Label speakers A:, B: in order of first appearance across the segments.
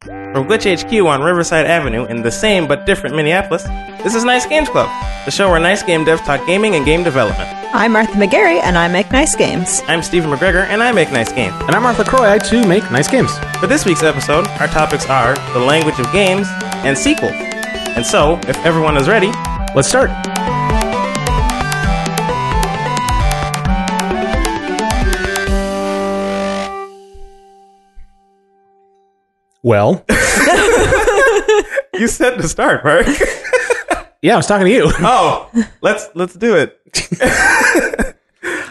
A: From Glitch HQ on Riverside Avenue in the same but different Minneapolis, this is Nice Games Club, the show where nice game devs talk gaming and game development.
B: I'm Martha McGarry, and I make nice games.
A: I'm Stephen McGregor, and I make nice games.
C: And I'm Arthur Croy. I too make nice games.
A: For this week's episode, our topics are the language of games and sequels. And so, if everyone is ready,
C: Let's start. Well,
A: you said to start, Mark.
C: yeah, I was talking to you.
A: oh, let's let's do it.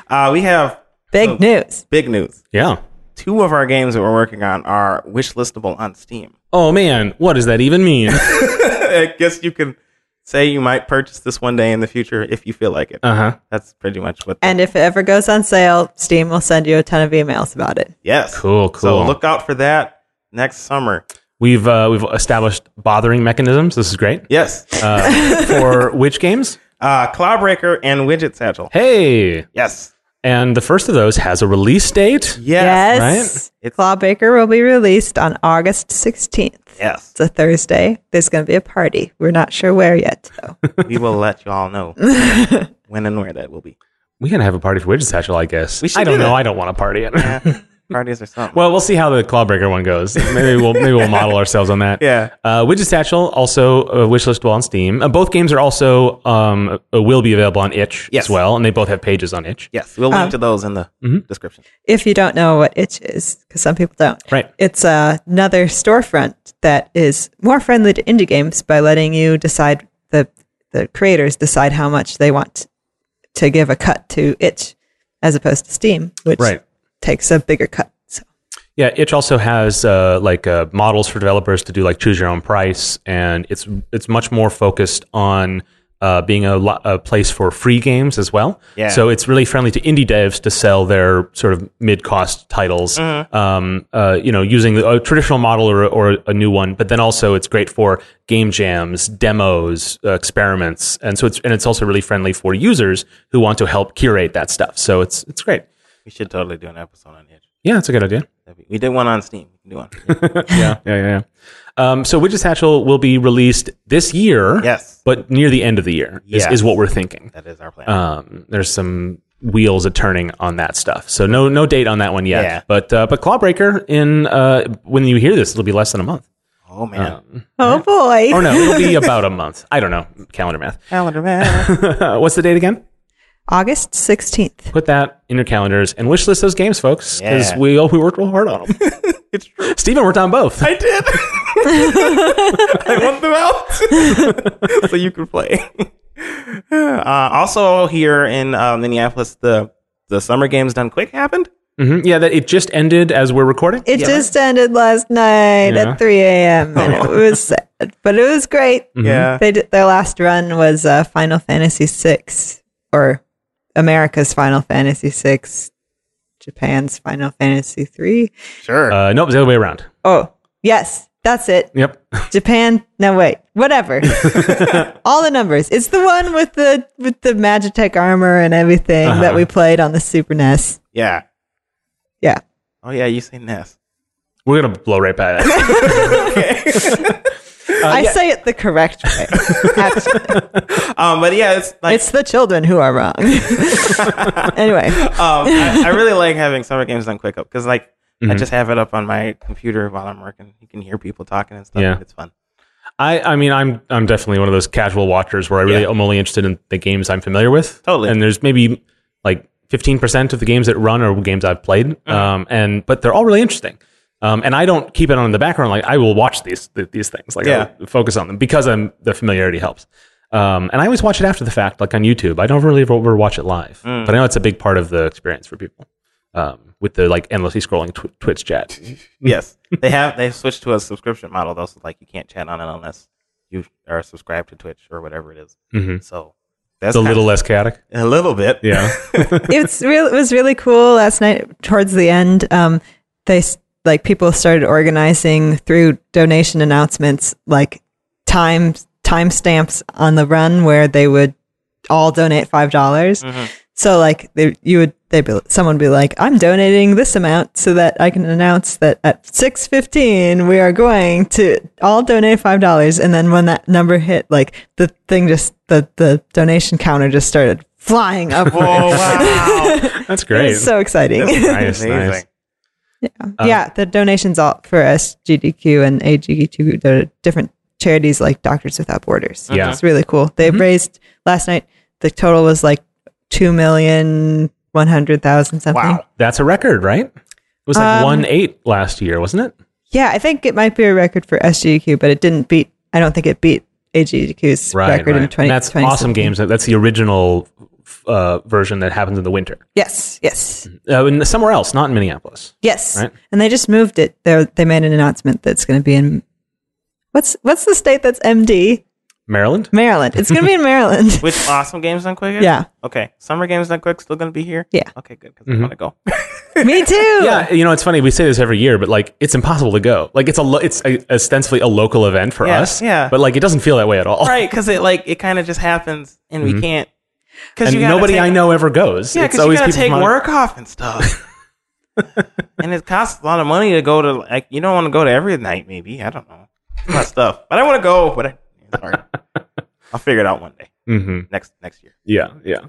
A: uh, we have
B: Big
A: Oh.
B: news.
A: big news.
C: yeah.
A: Two of our games that we're working on are wish listable on Steam.
C: Oh man, what does that even mean? Uh
A: I guess you can say you might purchase this one day in the future if you feel like it.
C: huh.
A: That's pretty much what.
B: And if it ever goes on sale, Steam will send you a ton of emails about it.
A: yes.
C: Cool,
A: So
C: cool.
A: look out for that next summer.
C: We've uh, we've established bothering mechanisms. This is great.
A: Yes.
C: Uh, for which games?
A: Uh, Clawbreaker and Widget Satchel.
C: Hey,
A: Yes.
C: and the first of those has a release date.
A: Yes.
B: It's- Clawbaker will be released on August 16th.
A: Yes.
B: It's a Thursday. There's going to be a party. We're not sure where yet, though.
A: we will let you all know when and where that will be.
C: We gotta have a party for Widget Satchel, I guess.
A: We should
C: I don't
A: do
C: know.
A: that.
C: I don't want to party it.
A: Yeah. Parties or something.
C: Well, we'll see how the Clawbreaker one goes. Maybe we'll maybe we'll model ourselves on that.
A: Yeah.
C: Uh, Widget Satchel also uh, wishlistable on Steam. Uh, both games are also um, uh, will be available on itch
A: Yes.
C: as well, and they both have pages on itch.
A: yes. We'll link
B: Um,
A: to those in the
C: Mhm.
A: description.
B: if you don't know what Itch is, because some people don't,
C: Right.
B: it's uh, another storefront that is more friendly to indie games by letting you decide the the creators decide how much they want to give a cut to itch as opposed to steam which
C: Right.
B: takes a bigger cut so
C: Yeah, itch also has uh, like uh, models for developers to do like choose your own price, and it's it's much more focused on uh, being a, lo- a place for free games as well.
A: Yeah.
C: So it's really friendly to indie devs to sell their sort of mid cost titles, um, uh, you know, using a traditional model or, or a new one. But then also it's great for game jams, demos, uh, experiments, and so it's and it's also really friendly for users who want to help curate that stuff. So it's it's great.
A: We should totally do an episode on Itch.
C: Yeah, it's a good idea.
A: That'd be- We did one on Steam. We can do one.
C: yeah, yeah, yeah. yeah. Um, so Widget Satchel will be released this year.
A: Yes.
C: But near the end of the year is,
A: Yes.
C: is what we're thinking.
A: that is our plan.
C: Um, there's some wheels a turning on that stuff. So no no date on that one yet.
A: Yeah.
C: But uh, but Clawbreaker in uh, when you hear this, it'll be less than a month.
A: oh man.
C: uh,
B: oh boy
C: Or no, it'll be about a month. I don't know. Calendar math. Uh,
A: Calendar man.
C: What's the date again?
B: august 16th
C: Put that in your calendars and wish list those games, folks, because
A: Yeah.
C: we we worked real hard on them.
A: it's true.
C: Steven worked on both.
A: I did. I want them out so you can play. Uh, also, here in uh, Minneapolis, the the summer games done quick happened.
C: hmm Yeah, that it just ended as we're recording.
B: it just ended last night
C: Yeah.
B: at 3 a.m and it was sad but it was great
A: Yeah.
B: they did, their last run was uh, final fantasy VI or america's final fantasy VI, japan's final fantasy 3
A: Sure.
C: Uh, nope, it's the other way around.
B: Oh, yes, that's it.
C: Yep.
B: Japan. No, wait, whatever. All the numbers. It's the one with the with the Magitek armor and everything that we played on the Super NES.
A: yeah.
B: Yeah.
A: Oh yeah. You say Ness.
C: We're gonna blow right by that.
B: I say it the correct way. Actually,
A: Um, but yeah, it's like
B: it's the children who are wrong. anyway,
A: um, I, I really like having summer games done quick up because like I just have it up on my computer while I'm working. You can hear people talking and stuff.
C: Yeah.
A: It's fun.
C: I, I mean, I'm I'm definitely one of those casual watchers where I really
A: Yeah.
C: am only interested in the games I'm familiar with.
A: Totally.
C: And there's maybe like 15 percent of the games that run are games I've played.
A: Uh-huh.
C: Um, and but they're all really interesting. Um, and I don't keep it on in the background. Like I will watch these th- these things. Like
A: Yeah.
C: I'll focus on them because I'm the familiarity helps. Um, and I always watch it after the fact, like on YouTube. I don't really ever watch it live,
A: Mm.
C: but I know it's a big part of the experience for people. Um, with the like endlessly scrolling tw- Twitch chat.
A: Yes, they have. They switched to a subscription model though, so like you can't chat on it unless you are subscribed to Twitch or whatever it is.
C: Mhm.
A: So that's
C: It's a
A: kinda-
C: little less chaotic.
A: a little bit.
C: Yeah.
B: it's real. It was really cool last night. Towards the end, um, they s- like people started organizing through donation announcements, like time timestamps on the run where they would all donate five dollars. So like they, you would they be someone would be like I'm donating this amount so that I can announce that at 6:15 we are going to all donate $5 and then when that number hit like the thing just the the donation counter just started flying up.
A: Oh wow!
C: That's great.
B: so exciting.
C: nice,
A: Amazing.
C: nice.
B: Um, yeah, the donations all for SGDQ and AGDQ, the different charities like Doctors Without Borders.
C: Yeah.
B: it's really cool. They
C: Mm-hmm.
B: raised last night. The total was like two million one hundred thousand something.
A: Wow.
C: That's a record, right? It was like
A: Um,
C: one eight last year, wasn't it?
B: Yeah, I think it might be a record for SGDQ, but it didn't beat. I don't think it beat AGDQ's
C: Right.
B: record in
C: right.
B: twenty.
C: And that's
B: 20
C: awesome games. That's the original uh, version that happens in the winter,
B: Yes, yes,
C: uh, in somewhere else, not in Minneapolis.
B: yes.
C: Right.
B: And they just moved it. They they made an announcement that's going to be in. What's what's the state that's MD?
C: Maryland.
B: Maryland. It's going to be in Maryland.
A: Which awesome games done quick?
B: Yeah.
A: Okay. Summer games done quick still gonna be here.
B: Yeah.
A: Okay. Good.
C: Mm-hmm.
A: Because I want to go.
B: Me too.
C: Yeah, you know it's funny. We say this every year, but like it's impossible to go. Like it's a lo- it's a, ostensibly a local event for
A: Yeah,
C: us.
A: yeah.
C: But like it doesn't feel that way at all.
A: right? Because it like it kind of just happens and we can't. Because
C: Mm-hmm. And nobody I know ever goes.
A: Yeah,
C: it's
A: because you
C: always
A: gotta
C: people
A: take
C: from out of-
A: work off and stuff. and it costs a lot of money to go to like you don't want to go to every night. Maybe I don't know. It's a lot of stuff, but I want to go. But I, it's hard. I'll figure it out one day
C: Mhm.
A: next next year.
C: Yeah, yeah.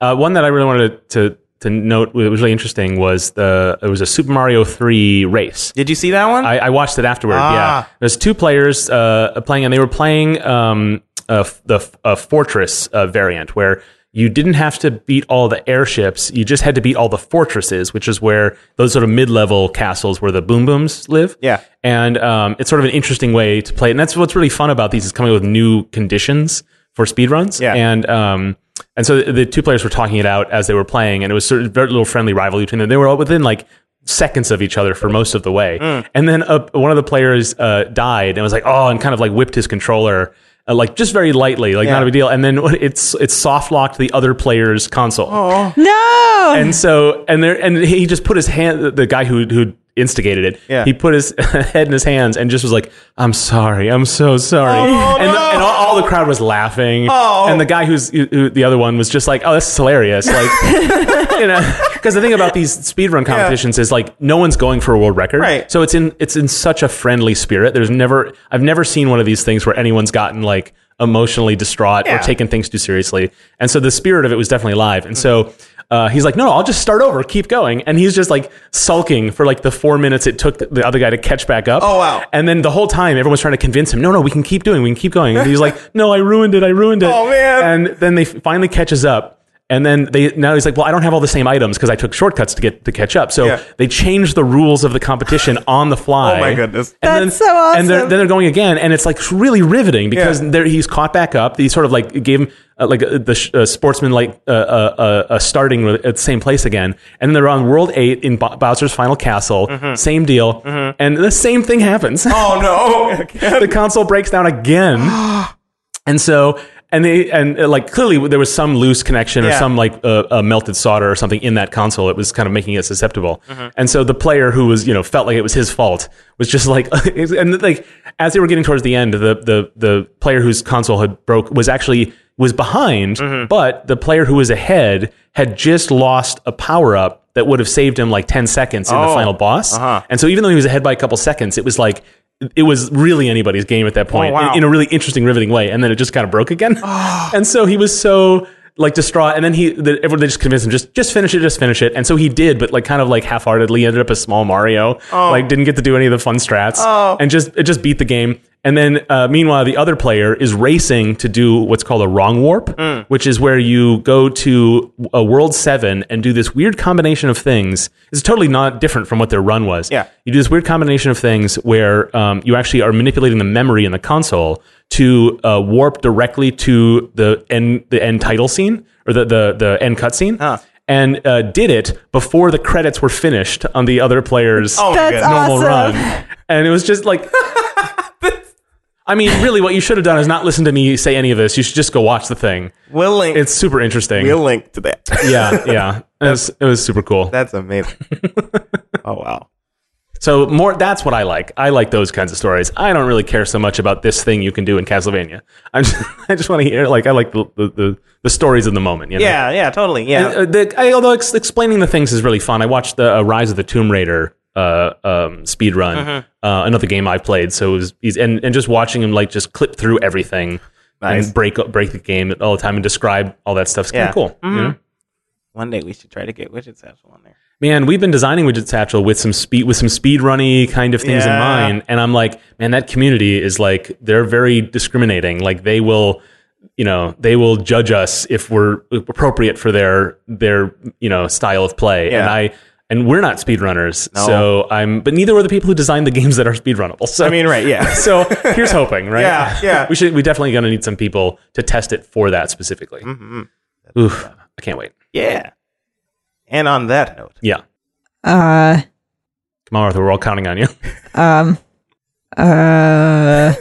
C: Uh, one that I really wanted to to note that was really interesting was the it was a Super Mario three race.
A: Did you see that one?
C: I, I watched it afterward.
A: Ah.
C: Yeah, there's two players uh, playing, and they were playing um, a f- the f- a fortress uh, variant where you didn't have to beat all the airships. You just had to beat all the fortresses, which is where those sort of mid level castles where the boom booms live.
A: Yeah.
C: and um, it's sort of an interesting way to play it. And that's what's really fun about these is coming up with new conditions for speedruns.
A: Yeah.
C: and um, and so the, the two players were talking it out as they were playing, and it was sort of very little friendly rivalry between them. They were all within like seconds of each other for most of the way, and then uh, one of the players uh, died and was like, "Oh," and kind of like whipped his controller. Uh, like just very lightly, like not a big deal, and then it's it's soft locked the other player's console,
B: No.
C: and so and there and he just put his hand the- the guy who who instigated it
A: Yeah.
C: he put his head in his hands and just was like i'm sorry i'm so sorry and, the- and all, all the crowd was laughing
A: Oh.
C: and the guy who's who, the other one was just like oh this is hilarious like you know because the thing about these speedrun competitions is like no one's going for a world record
A: Right.
C: so it's in it's in such a friendly spirit there's never i've never seen one of these things where anyone's gotten like emotionally distraught
A: Yeah.
C: or taken things too seriously and so the spirit of it was definitely alive and so uh, he's like no, no i'll just start over keep going and he's just like sulking for like the four minutes it took the other guy to catch back up
A: Oh, wow.
C: and then the whole time everyone's trying to convince him no no we can keep doing we can keep going and he's like no i ruined it i ruined it
A: Oh, man.
C: and then they finally catches up and then they now he's like well i don't have all the same items because i took shortcuts to get to catch up so
A: Yeah.
C: they changed the rules of the competition on the fly
A: oh my goodness.
C: and
B: That's
C: then,
B: so
C: And they're,
B: awesome.
C: then they're going again, and it's like really riveting because
A: Yeah.
C: there he's caught back up. He sort of like gave him uh, like uh, the sh- uh, sportsman like uh, uh, uh, uh, starting with- at the same place again, and then they're on world eight in Bo- Bowser's final castle.
A: Mm-hmm.
C: Same deal, and the same thing happens.
A: Oh no.
C: the console breaks down again, and so. And they and uh, like clearly there was some loose connection or
A: Yeah.
C: some like uh, uh, melted solder or something in that console. It was kind of making it susceptible. And so the player who was you know felt like it was his fault was just like and like as they were getting towards the end, the the the player whose console had broke was actually was behind, but the player who was ahead had just lost a power up that would have saved him like ten seconds in
A: Oh.
C: the final boss.
A: Uh-huh.
C: And so even though he was ahead by a couple seconds, it was like it was really anybody's game at that point
A: Oh, wow.
C: in, in a really interesting, riveting way. And then it just kind of broke again. and so he was so like distraught. And then he, the, everyone, they just convinced him just just finish it, just finish it. And so he did, but like kind of like half-heartedly ended up as small Mario.
A: Oh.
C: Like didn't get to do any of the fun strats. And just it just beat the game. And then, uh, meanwhile, the other player is racing to do what's called a wrong warp,
A: Mm.
C: which is where you go to a world seven and do this weird combination of things. It's totally not different from what their run was.
A: Yeah.
C: You do this weird combination of things where um, you actually are manipulating the memory in the console to uh, warp directly to the end the end title scene or the the, the end cutscene,
A: Huh.
C: and uh, did it before the credits were finished on the other player's
A: Oh, my
B: That's
A: goodness.
C: normal
B: awesome.
C: run. And it was just like. I mean, really, what you should have done is not listen to me say any of this. You should just go watch the thing.
A: We'll link.
C: It's super interesting.
A: we'll link to that.
C: Yeah, yeah. It was, it was super cool.
A: That's amazing. oh wow.
C: So more that's what I like. I like those kinds of stories. I don't really care so much about this thing you can do in Castlevania. I'm just, I just want to hear like I like the the, the, the stories of the moment. You know?
A: Yeah, yeah, totally. Yeah.
C: Uh, the, I, although ex- explaining the things is really fun. I watched the uh, Rise of the Tomb Raider uh, um, speed run,
A: Mm-hmm.
C: uh, another game I played. So it was easy. and and just watching him like just clip through everything
A: Nice.
C: and break break the game all the time and describe all that stuff's kind
A: Yeah. Mm-hmm.
C: of cool. you know?
A: One day we should try to get Widget Satchel on there.
C: Man, we've been designing Widget Satchel with some speed with some speed runny kind of things
A: Yeah.
C: in mind, and I'm like, man, that community is like they're very discriminating. Like they will, you know, they will judge us if we're appropriate for their their you know style of play.
A: Yeah.
C: And I and we're not speedrunners,
A: No.
C: so I'm. But neither are the people who design the games that are speedrunnable. So
A: I mean, right? Yeah.
C: so here's hoping, right?
A: Yeah, yeah.
C: we should. We definitely gonna need some people to test it for that specifically.
A: Mm-hmm.
C: Oof, I can't wait.
A: yeah. And on that note,
C: Yeah,
B: Uh,
C: come on, Arthur, we're all counting on you.
B: um, uh,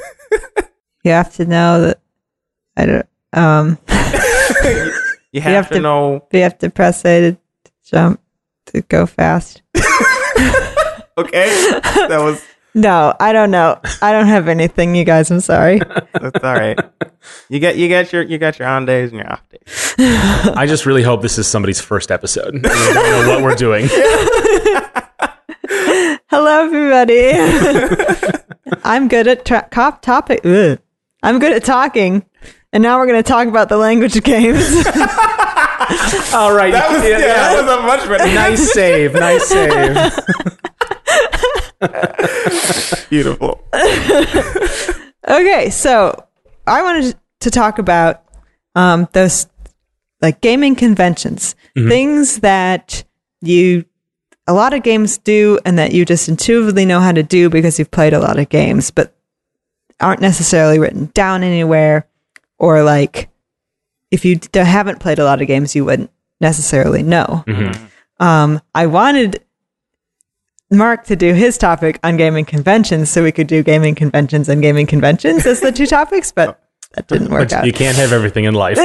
B: you have to know that I don't. Um,
A: you have,
B: have
A: to,
B: to-
A: know.
B: you have to press A to jump to go fast.
A: Okay, that was
B: No, I don't know. I don't have anything, you guys. I'm sorry.
A: that's all right. You got you got your you got your on days and your off days.
C: I just really hope this is somebody's first episode. And they don't know what we're doing.
B: Hello, everybody. I'm good at tra- cop topic. Ugh. I'm good at talking, and now we're going to talk about the language games.
C: All right.
A: That was yeah, that was a much better.
C: Nice save. Nice save.
A: Beautiful.
B: okay, so I wanted to talk about um, those like gaming conventions,
C: Mm-hmm.
B: things that you a lot of games do, and that you just intuitively know how to do because you've played a lot of games, but aren't necessarily written down anywhere, or like if you d- haven't played a lot of games, you wouldn't necessarily know.
C: Mm-hmm.
B: Um, I wanted Mark to do his topic on gaming conventions, so we could do gaming conventions and gaming conventions as the two topics, but that didn't work out.
C: Oh. You can't have everything in life.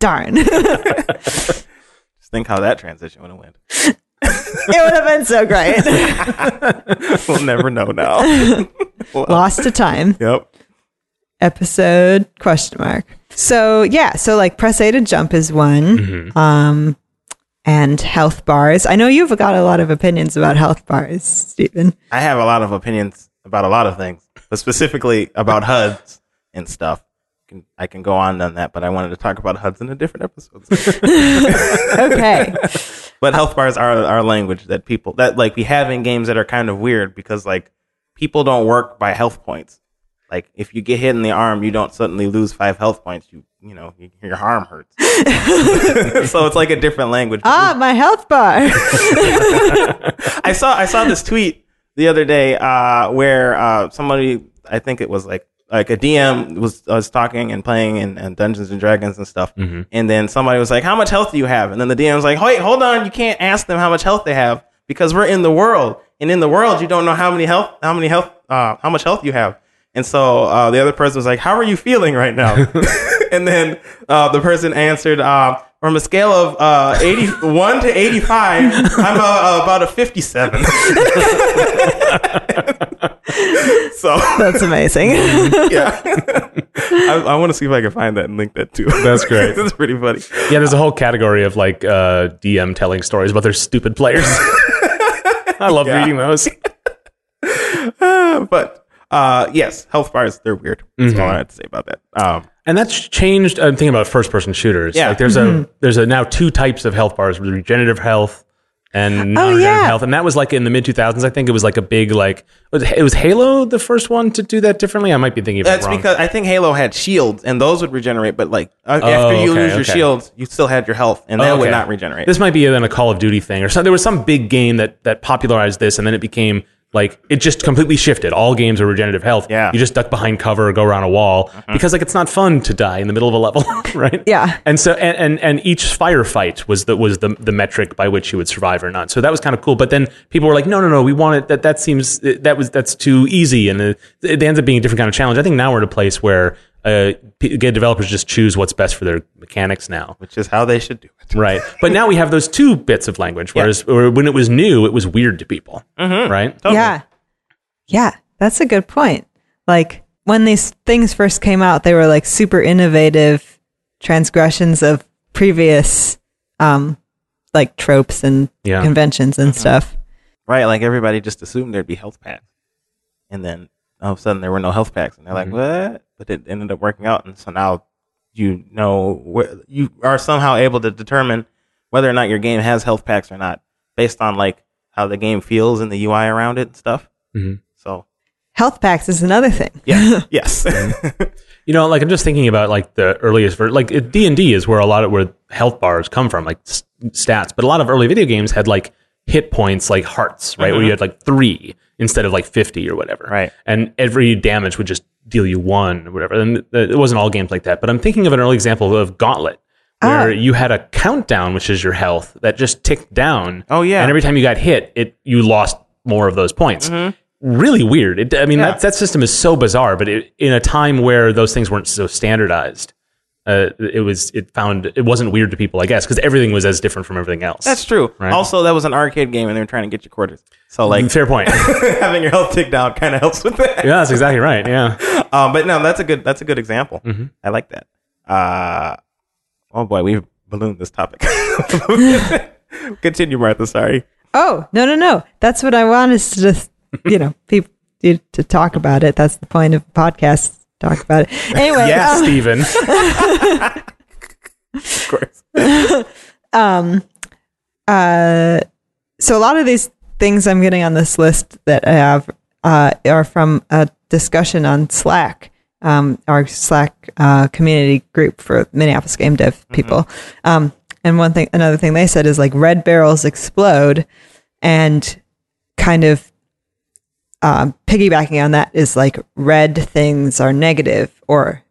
B: Darn, it
A: Just think how that transition would have went.
B: would have been so great.
A: We'll never know now.
B: Lost to time.
A: Yep.
B: episode question mark so yeah so like press a to jump is one um and health bars i know you've got a lot of opinions about health bars stephen
A: I have a lot of opinions about a lot of things, but specifically about HUDs and stuff. Can- I can go on on that, but I wanted to talk about HUDs in a different episode.
B: okay
A: But health bars are our language that people that like we have in games that are kind of weird because like people don't work by health points. Like if you get hit in the arm, you don't suddenly lose five health points. You you know you, your arm hurts. so it's like a different language.
B: ah my health bar
A: I saw I saw this tweet the other day uh, where uh, somebody I think it was like like a DM was was talking and playing and, and Dungeons and Dragons and stuff, and then somebody was like, "How much health do you have?" And then the DM was like, "Wait, hold on, you can't ask them how much health they have because we're in the world, and in the world you don't know how many health how many health uh, how much health you have." And so uh, the other person was like, "How are you feeling right now?" and then uh, the person answered, uh, "From a scale of uh, 81 to 85, I'm uh, about a 57." so
B: that's amazing
A: yeah, I, I want to see if I can find that and link that too.
C: That's great.
A: That's pretty funny.
C: yeah, there's a whole category of like uh, DM telling stories about their stupid players. I love
A: Yeah.
C: reading those.
A: Uh, but uh, yes, health bars—they're weird. That's
C: Mm-hmm.
A: all I had to say about that. Um,
C: And that's changed. I'm thinking about first person shooters.
A: Yeah.
C: Like there's a there's a now two types of health bars: regenerative health and non regenerative
B: yeah.
C: health. And that was like in the mid 2000s. I think it was like a big like was- it was Halo the first one to do that differently. I might be thinking of it
A: That's
C: wrong.
A: because I think Halo had shields, and those would regenerate. But like a- after you
C: Oh, okay,
A: lose your
C: okay. Oh,
A: shields, you still had your health, and that would
C: Okay.
A: not regenerate.
C: This might be then a Call of Duty thing, or some, there was some big game that that popularized this, and then it became like it just completely shifted. All games are regenerative health.
A: Yeah. Uh-huh.
C: you just duck behind cover or go around a wall because like it's not fun to die in the middle of a level, right?
B: Yeah.
C: And so and and, and each firefight was the was the the metric by which you would survive or not. So that was kind of cool. But then people were like, no, no, no, we want it. That that seems that was that's too easy, and it, it ends up being a different kind of challenge. I think now we're at a place where uh, p- get developers just choose what's best for their mechanics now.
A: which is how they should do it.
C: Right. But now we have those two bits of language, whereas or when it was new, it was weird to people. Right?
B: Yeah. Yeah. That's a good point. Like when these things first came out, they were like super innovative transgressions of previous um like tropes and
C: Yeah.
B: conventions and stuff.
A: Right, like everybody just assumed there'd be health packs, and then all of a sudden there were no health packs, and they're like, "What?" But it ended up working out, and so now you know where you are somehow able to determine whether or not your game has health packs or not, based on like how the game feels and the UI around it and stuff.
C: Mhm.
A: So
B: Health packs is another thing.
A: yeah, yes,
C: You know, like I'm just thinking about like the earliest, ver- like D and D is where a lot of where health bars come from, like s- stats. But a lot of early video games had like hit points, like hearts, right, where you had like three instead of like fifty or whatever,
A: Right.
C: And every damage would just deal you one or whatever. And th- it wasn't all games like that. But I'm thinking of an early example of Gauntlet, where you had a countdown, which is your health, that just ticked down.
A: Oh, yeah.
C: and every time you got hit, it you lost more of those points. Really weird. It, I mean, that that system is so bizarre. But it, in a time where those things weren't so standardized, uh, it was it found it wasn't weird to people, I guess, because everything was as different from everything else.
A: that's true.
C: Right.
A: Also, that was an arcade game, and they were trying to get your quarters. So like
C: Fair point. yeah,
A: having your health tick down kind of helps with that.
C: that's exactly right. Yeah,
A: Um, but no, that's a good that's a good example. I like that. Uh, oh boy, we've ballooned this topic. Continue, Martha. Sorry.
B: Oh, no no no. That's what I want is to just you know, people to talk about it. That's the point of podcasts. Talk about it. Anyway,
A: Yes.
B: um,
C: Steven.
A: Of course.
B: um uh so a lot of these things i'm getting on this list that i have uh are from a discussion on slack um our slack uh community group for minneapolis game dev people um and one thing another thing they said is like red barrels explode and kind of um, piggybacking on that is like red things are negative or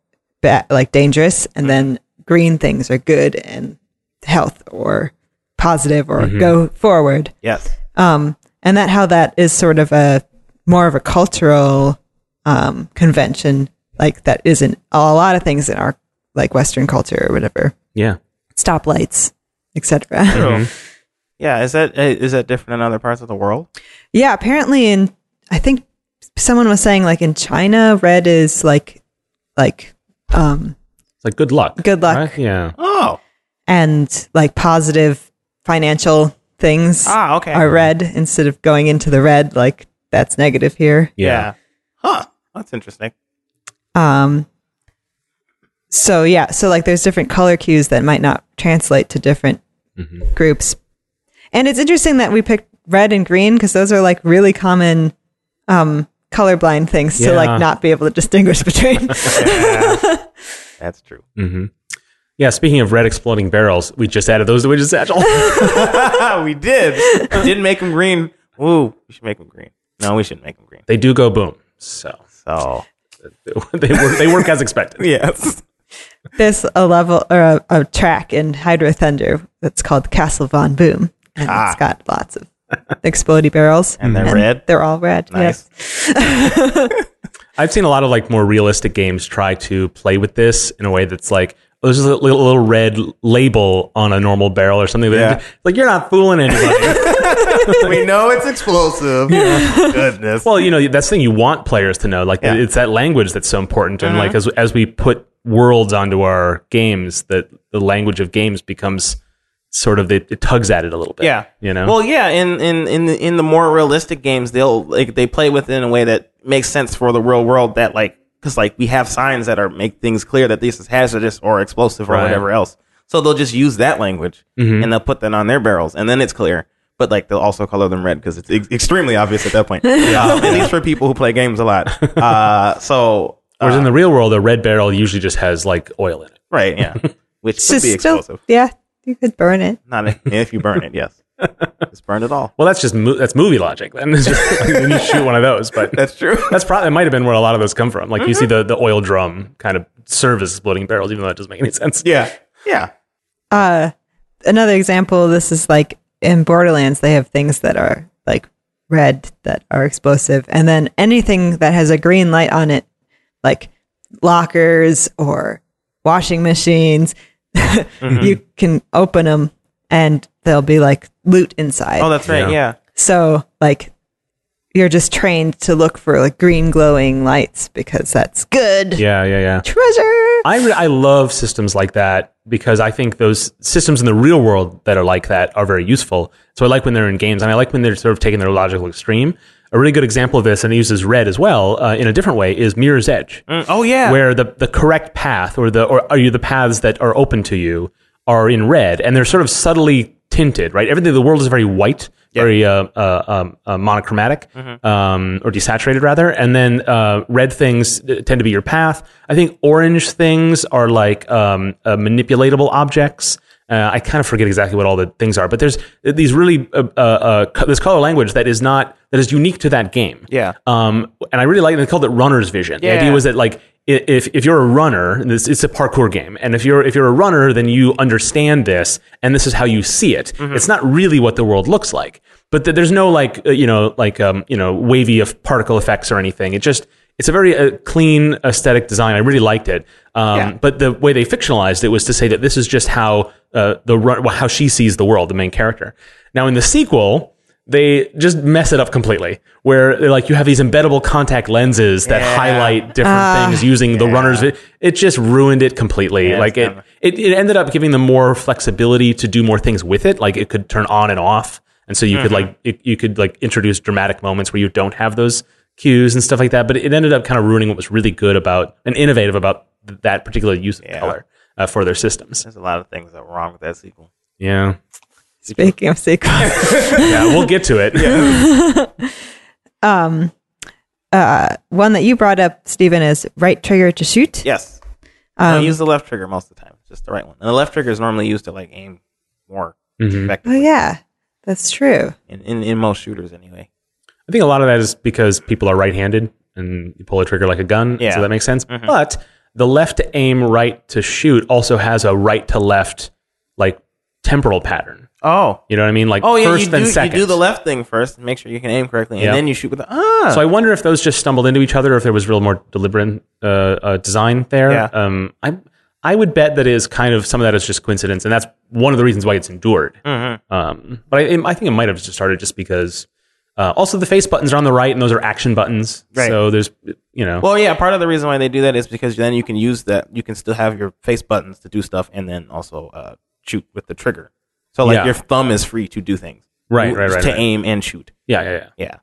B: ba- like dangerous, and then green things are good and health or positive or go forward.
A: Yes.
B: Um, and that how that is sort of a more of a cultural um, convention, like that isn't a lot of things in our like Western culture or whatever,
C: Yeah. Mm-hmm.
B: stoplights, etc.
A: Yeah. Is that uh, is that different in other parts of the world?
B: Yeah, apparently in I think someone was saying like in China, red is like like um
C: It's like good luck.
B: Good luck.
C: right? Yeah.
A: Oh.
B: and like positive financial things
A: Ah. Okay.
B: are red instead of going into the red like that's negative here.
A: yeah.
C: Yeah.
A: Huh. That's interesting.
B: Um so yeah, so like there's different color cues that might not translate to different
A: Mm-hmm.
B: groups. And it's interesting that we picked red and green because those are like really common um colorblind things to
C: Yeah.
B: like not be able to distinguish between.
A: That's true.
C: Yeah. Speaking of red exploding barrels, we just added those to Widget Satchel.
A: Ah, we did. We didn't make them green. Ooh. We should make them green. No, we shouldn't make them green.
C: they do go boom. So
A: So.
C: they work, they work as expected.
A: Yes.
B: There's a level or a, a track in Hydro Thunder that's called Castle Von Boom, and
A: Ah.
B: it's got lots of explodey barrels,
A: And they're red.
B: They're all red.
A: Nice.
B: Yes.
C: I've seen a lot of like more realistic games try to play with this in a way that's like, oh, there's a little, little red label on a normal barrel or something.
A: Yeah.
C: It's Like you're not fooling anybody.
A: we know it's explosive. Goodness.
C: well, you know that's the thing you want players to know. Like
A: Yeah. Uh-huh.
C: it's that language that's so important, and like as as we put worlds onto our games, that the language of games becomes sort of it, it tugs at it a little bit.
A: Yeah,
C: you know.
A: Well, yeah, in in in the, in the more realistic games, they'll like they play within a way that makes sense for the real world. That like because like we have signs that are make things clear that this is hazardous or explosive or
C: Right.
A: whatever else. So they'll just use that language and they'll put that on their barrels, and then it's clear. But like they'll also color them red because it's ex- extremely obvious at that point. Um, at least for people who play games a lot. Uh, so
C: Whereas in the real world, a red barrel usually just has like oil in it.
A: right, yeah, which
B: It's
A: could be
B: just
A: explosive.
B: still, yeah, you could burn it.
A: Not if, if you burn it, yes, just burn it all.
C: Well, that's just mo- that's movie logic. Then It's just- when you shoot one of those, but
A: That's true.
C: That's probably it might have been where a lot of those come from. Like you see
A: Mm-hmm.
C: the, the oil drum kind of serve as exploding barrels, even though that doesn't make any sense.
A: yeah, yeah.
B: Uh, another example. This is like in Borderlands. They have things that are like red that are explosive, and then anything that has a green light on it, like lockers or washing machines.
C: Mm-hmm.
B: You can open them and there'll be like loot inside.
A: Oh, that's right. Yeah.
B: So like you're just trained to look for like green glowing lights because that's good
C: Yeah, yeah, yeah.
B: treasure.
C: I, re- I love systems like that because I think those systems in the real world that are like that are very useful. So I like when they're in games and I like when they're sort of taking their logical extreme. A really good example of this, and it uses red as well uh, in a different way, is Mirror's Edge,
A: Mm, Oh yeah.
C: where the, the correct path or the or are you the paths that are open to you are in red and they're sort of subtly tinted, right? Everything, the world is very white, very uh, uh, um, uh, monochromatic
A: Mm-hmm.
C: um, or desaturated rather. And then uh, red things uh, tend to be your path. I think orange things are like um, uh, manipulatable objects. Uh, I kind of forget exactly what all the things are, but there's these really uh, uh, uh, co- this color language that is not that is unique to that game.
A: Yeah.
C: Um, and I really like they called it runner's vision. The idea
A: Yeah.
C: was that like i- if if you're a runner, this it's a parkour game, and if you're if you're a runner, then you understand this, and this is how you see it. It's not really what the world looks like, but th- there's no like uh, you know like um you know wavy of particle effects or anything. It just it's a very uh, clean aesthetic design. I really liked it. Um,
A: Yeah.
C: But the way they fictionalized it was to say that this is just how uh, the run, well, how she sees the world, the main character. Now in the sequel, they just mess it up completely. Where they're like you have these embeddable contact lenses that highlight different things using the runner's. vi- It just ruined it completely. like it, it, it ended up giving them more flexibility to do more things with it. Like it could turn on and off, and so you could like it, you could like introduce dramatic moments where you don't have those cues and stuff like that. But it ended up kind of ruining what was really good about and innovative about th- that particular use of color uh, for their systems.
A: There's a lot of things that are wrong with that sequel.
C: Yeah,
B: Speaking of sequels,
C: yeah, we'll get to it.
B: one that you brought up, Stephen, is right trigger to shoot.
A: Yes.
C: Um,
A: I use the left trigger most of the time, just the right one. And the left trigger is normally used to like aim more
B: Oh
C: Mm-hmm.
A: effectively
B: yeah, that's true.
A: in, in, in most shooters anyway.
C: I think a lot of that is because people are right-handed and you pull a trigger like a gun,
A: Yeah. Mm-hmm.
C: so that makes sense. But the left to aim, right to shoot also has a right to left like temporal pattern.
A: Oh.
C: You know what I mean? Like
A: Oh yeah,
C: first
A: you,
C: then
A: do,
C: second.
A: you do the left thing first, and make sure you can aim correctly,
C: Yeah.
A: and then you shoot with the ah.
C: So I wonder if those just stumbled into each other, or if there was real more deliberate uh, uh, design there.
A: Yeah.
C: Um, I I would bet that is kind of some of that is just coincidence, and that's one of the reasons why it's endured.
A: Mm-hmm.
C: Um, but I, it- I think it might have just started just because. Uh, also, the face buttons are on the right, and those are action buttons.
A: Right.
C: So there's, you know,
A: well, yeah, part of the reason why they do that is because then you can use that. You can still have your face buttons to do stuff, and then also uh, shoot with the trigger. So like
C: Yeah.
A: your thumb is free to do things,
C: Right,
A: You-
C: right, right,
A: To
C: right.
A: aim and shoot,
C: yeah, yeah, yeah.
A: yeah.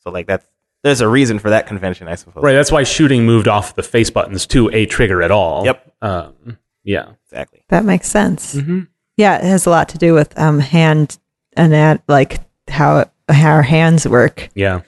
A: So like that's there's a reason for that convention, I suppose.
C: Right. That's why shooting moved off the face buttons to a trigger at all.
A: Yep.
C: Um, yeah.
A: Exactly.
B: That makes sense.
C: Mm-hmm.
B: Yeah, it has a lot to do with um, hand and that, like how it, how our hands work.
C: Yeah.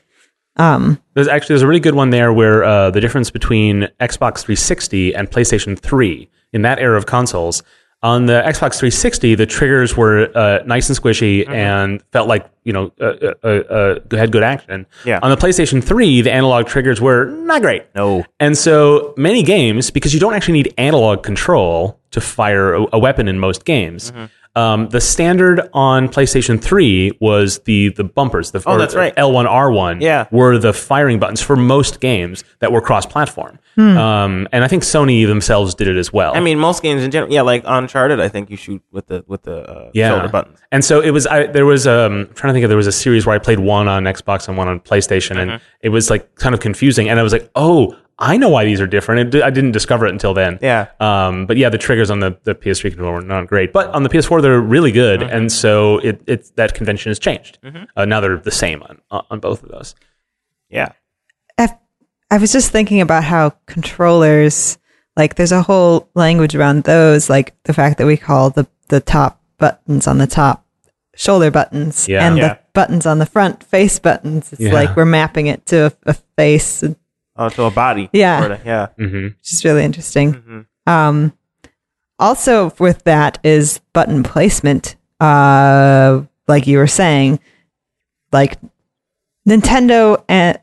B: Um,
C: There's actually there's a really good one there where uh, the difference between Xbox 360 and PlayStation 3 in that era of consoles. On the Xbox 360, the triggers were uh, nice and squishy
A: Mm-hmm.
C: and felt like you know uh, uh, uh, uh, had good action.
A: Yeah.
C: On the PlayStation 3, the analog triggers were not great.
A: No.
C: And so many games, because you don't actually need analog control to fire a, a weapon in most games,
A: Mm-hmm.
C: um, the standard on PlayStation 3 was the the bumpers, the
A: Oh, that's
C: or- or
A: right.
C: L1, R1
A: Yeah.
C: were the firing buttons for most games that were cross platform. Um, and I think Sony themselves did it as well.
A: I mean, most games in general, yeah, like Uncharted, I think you shoot with the with the uh, shoulder buttons.
C: And so it was. I, there was. Um, I'm trying to think. Of, there was a series where I played one on Xbox and one on PlayStation,
A: Uh-huh.
C: and it was like kind of confusing. And I was like, oh, I know why these are different. It, di- I didn't discover it until then.
A: Yeah.
C: Um, but yeah, the triggers on the, the PS3 controller were not great, but on the PS4 they're really good,
A: Uh-huh.
C: and so it, it that convention has changed.
A: Mm-hmm.
C: Uh, now they're the same on on both of those.
A: Yeah.
B: I, I was just thinking about how controllers, like, there's a whole language around those, like the fact that we call the the top buttons on the top shoulder buttons
C: Yeah.
B: and
A: Yeah.
B: the buttons on the front face buttons. It's
C: Yeah.
B: like we're mapping it to a, a face, which
A: Oh, to a body.
B: Yeah.
A: sorta, Yeah.
C: Mm-hmm.
B: is really interesting. Um, also with that is button placement. Uh, like you were saying, like Nintendo and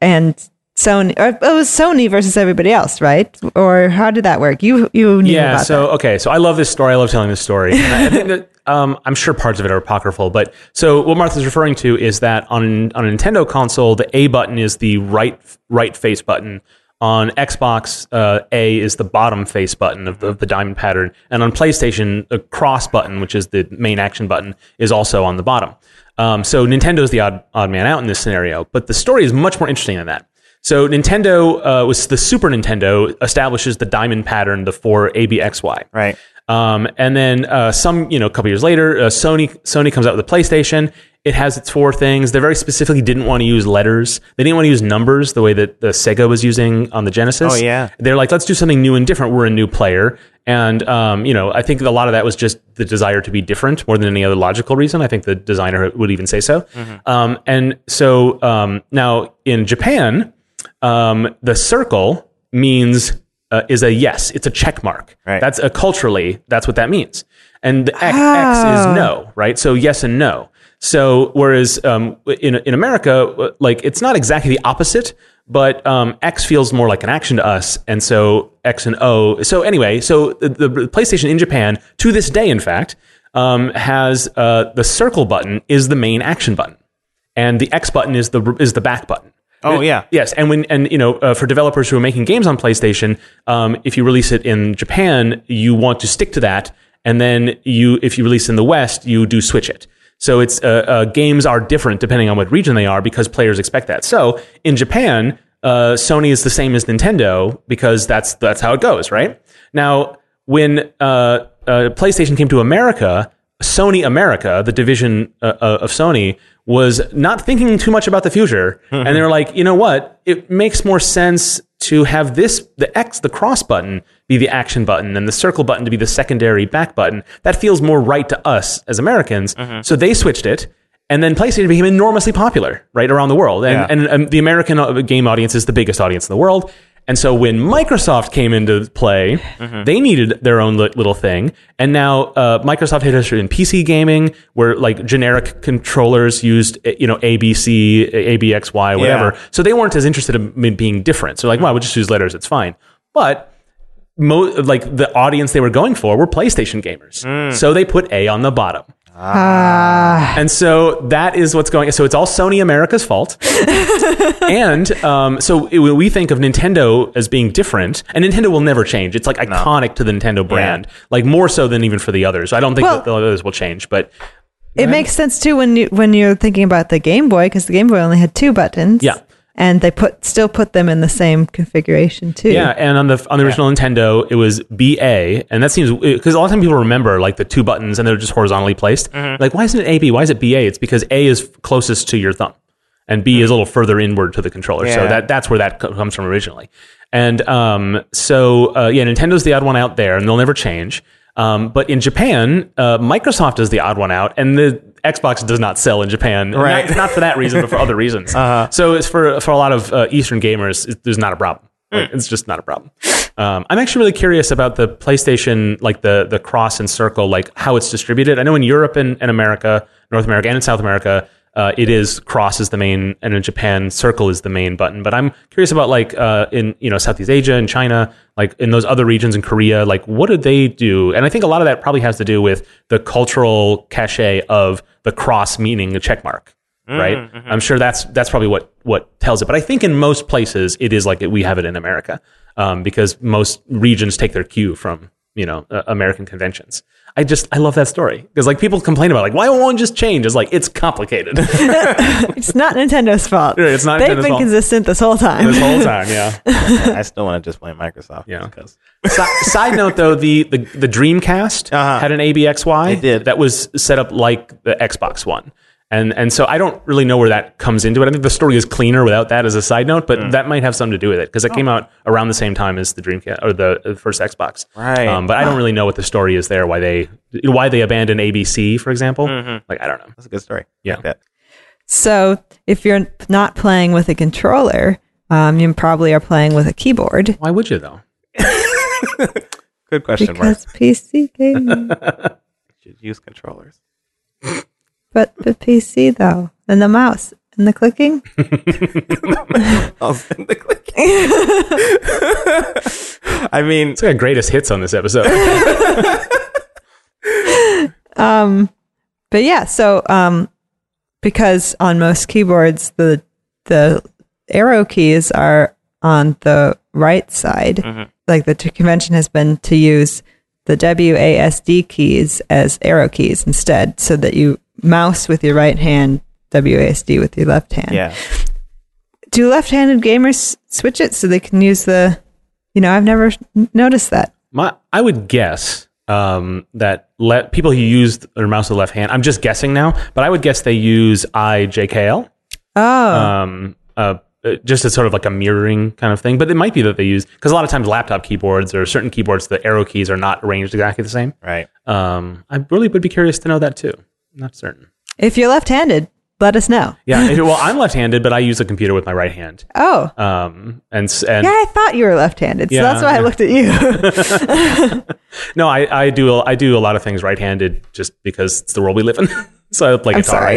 B: and Sony, or it was Sony versus everybody else, right? Or how did that work? You you knew
C: yeah
B: about
C: so okay so i love this story i love telling this story and I, I think that um, i'm sure parts of it are apocryphal but so what martha's referring to is that on on a nintendo console the a button is the right right face button On Xbox, uh, A is the bottom face button of the, of the diamond pattern, and on PlayStation, the cross button, which is the main action button, is also on the bottom. Um, so Nintendo's the odd, odd man out in this scenario, but the story is much more interesting than that. So Nintendo uh, was the Super Nintendo establishes the diamond pattern, the four ABXY.
A: Right.
C: Um, and then uh, some, you know, a couple years later, uh, Sony Sony comes out with the PlayStation. It has its four things. They very specifically didn't want to use letters. They didn't want to use numbers the way that the Sega was using on the Genesis.
A: Oh, yeah.
C: They're like, let's do something new and different. We're a new player, and um, you know, I think a lot of that was just the desire to be different more than any other logical reason. I think the designer would even say so. Um, and so um, now in Japan, um, the circle means uh, is a yes. It's a check mark.
A: Right.
C: That's a culturally. That's what that means. And the X, X
B: Ah.
C: is no, right? So yes and no. So whereas um, in in America, w- like it's not exactly the opposite, but um, X feels more like an action to us, and so X and O. So anyway, so the, the PlayStation in Japan to this day, in fact, um, has uh, the circle button is the main action button, and the X button is the is the back button.
A: Oh, yeah.
C: Yes, and when and you know uh, for developers who are making games on PlayStation, um, if you release it in Japan, you want to stick to that, and then you if you release in the West, you do switch it. So it's uh, uh, games are different depending on what region they are because players expect that. So in Japan, uh, Sony is the same as Nintendo because that's that's how it goes, right? Now when uh, uh, PlayStation came to America, Sony America, the division uh, uh, of Sony, was not thinking too much about the future, and they were like, you know what? It makes more sense to have this the X, the cross button, be the action button, and the circle button to be the secondary back button. That feels more right to us as Americans. So they switched it. And then PlayStation became enormously popular right around the world, and,
A: Yeah.
C: and um, the American uh, game audience is the biggest audience in the world. And so when Microsoft came into play, they needed their own li- little thing. And now uh, Microsoft had history in PC gaming, where like generic controllers used eh, you know A B C A B X Y whatever.
A: Yeah.
C: So they weren't as interested in in being different. So like, well, we'll just use letters; it's fine. But mo- like the audience they were going for were PlayStation gamers, so they put A on the bottom. And so that is what's going. So it's all Sony America's fault. and um, so it, we think of Nintendo as being different, and Nintendo will never change. It's like iconic to the Nintendo brand, like more so than even for the others. I don't think
B: Well-
C: that the others will change, but
B: It makes sense too when you when you're thinking about the Game Boy because the Game Boy only had two buttons.
C: Yeah.
B: and they put still put them in the same configuration too.
C: Yeah, and on the on the original Nintendo, it was B A, and that seems because a lot of time people remember like the two buttons and they're just horizontally placed. Like, why isn't it A B? Why is it B A? It's because A is closest to your thumb, and B is a little further inward to the controller. So
A: Yeah.
C: that that's where that co- comes from originally. And um, so uh, yeah, Nintendo's the odd one out there, and they'll never change. Um, but in Japan, uh, Microsoft is the odd one out, and the Xbox does not sell in Japan. Not-
A: Right. Uh-huh.
C: Not, for that reason, but for other reasons. So it's for for a lot of uh, Eastern gamers, it, there's not a problem.
A: Hmm.
C: Like, It's just not a problem. Um, I'm actually really curious about the PlayStation, like the the cross and circle, like how it's distributed. I know in Europe and, and America, North America, and in South America, uh, it is cross is the main, and in Japan, circle is the main button. But I'm curious about like uh, in you know Southeast Asia and China, like in those other regions in Korea, like what do they do? And I think a lot of that probably has to do with the cultural cachet of the cross meaning a check mark right? I'm sure that's that's probably what what tells it. But I think in most places it is like we have it in America um, because most regions take their cue from you know uh, American conventions. I just I love that story because like people complain about like why won't one just change? It's like it's complicated this
B: it's not Nintendo's fault.
C: Right, it's not
B: They've
C: Nintendo's
B: been
C: fault.
B: consistent this whole time.
C: whole time. Yeah.
A: I still want to just blame Microsoft.
C: Yeah.
A: Because
C: Si- side note though, the the, the Dreamcast
A: Uh-huh.
C: had an ABXY.
A: It did.
C: That was set up like the Xbox One. And and so I don't really know where that comes into it. I think the story is cleaner without that as a side note,
A: Mm.
C: but that might have something to do with
A: Oh.
C: it because it came out around the same time as the Dreamcast or the, the first Xbox.
A: Right.
C: Um, but I don't really know what the story is there. Why they why they abandoned ABC, for example.
A: Mm-hmm.
C: Like I don't know.
A: that's a good story.
C: Yeah.
A: Like that.
B: So if you're not playing with a controller, um, you probably are playing with a keyboard
C: Why would you though?
A: Good question, Mark.
B: because PC gaming.
A: You should use controllers.
B: but the PC though, and the mouse and the clicking.
A: I'll send Oh, the click. I mean,
C: It's like our greatest hits on this episode.
B: But yeah, so um, because on most keyboards the the arrow keys are on the right side. Like the t- convention has been to use the WASD keys as arrow keys instead, so that you mouse with your right hand, WASD with your left hand.
A: Yeah.
B: Do left-handed gamers switch it so they can use the? You know, I've never n- noticed that.
C: My, I would guess um, that le- people who use their mouse with the left hand. I'm just guessing now, but I would guess they use IJKL.
B: Oh,
C: um, uh, uh, just as sort of like a mirroring kind of thing. But it might be that they use because a lot of times laptop keyboards or certain keyboards, the arrow keys are not arranged exactly the same.
A: Right.
C: Um, I really would be curious to know that too. Not certain.
B: if you're left-handed, let us know.
C: Yeah. if- well, I'm left-handed, but I use a computer with my right hand.
B: Oh,
C: Um, and s- and
B: yeah, I thought you were left-handed, so
C: Yeah,
B: that's why I
C: yeah.
B: looked at you.
C: no, I, I do I do a lot of things right-handed just because it's the world we live in. so I play
B: I'm
C: guitar
B: sorry.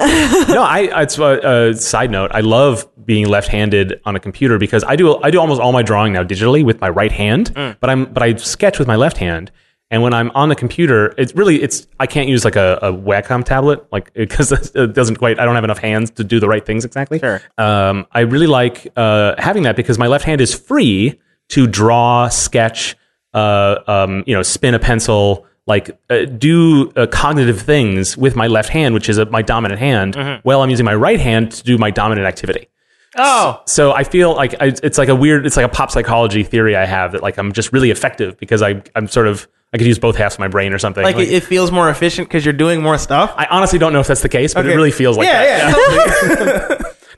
C: And- no, I it's a uh, side note. I love being left-handed on a computer because I do I do almost all my drawing now digitally with my right hand, but I'm but I sketch with my left hand. And when I'm on the computer, it's really it's I can't use like a, a Wacom tablet like because it doesn't quite I don't have enough hands to do the right things exactly.
A: Sure.
C: Um, I really like uh, having that because my left hand is free to draw, sketch, uh, um, you know, spin a pencil, like uh, do uh, cognitive things with my left hand, which is uh my dominant hand,
A: Mm-hmm.
C: while I'm using my right hand to do my dominant activity.
A: Oh.
C: So I feel like I, it's like a weird, it's like a pop psychology theory I have that like I'm just really effective because I I'm sort of I could use both halves of my brain or something.
A: Like, it, it feels more efficient because you're doing more stuff.
C: I honestly don't know if that's the case, but it
A: Okay.
C: really feels like
A: yeah,
C: that.
A: Yeah, totally.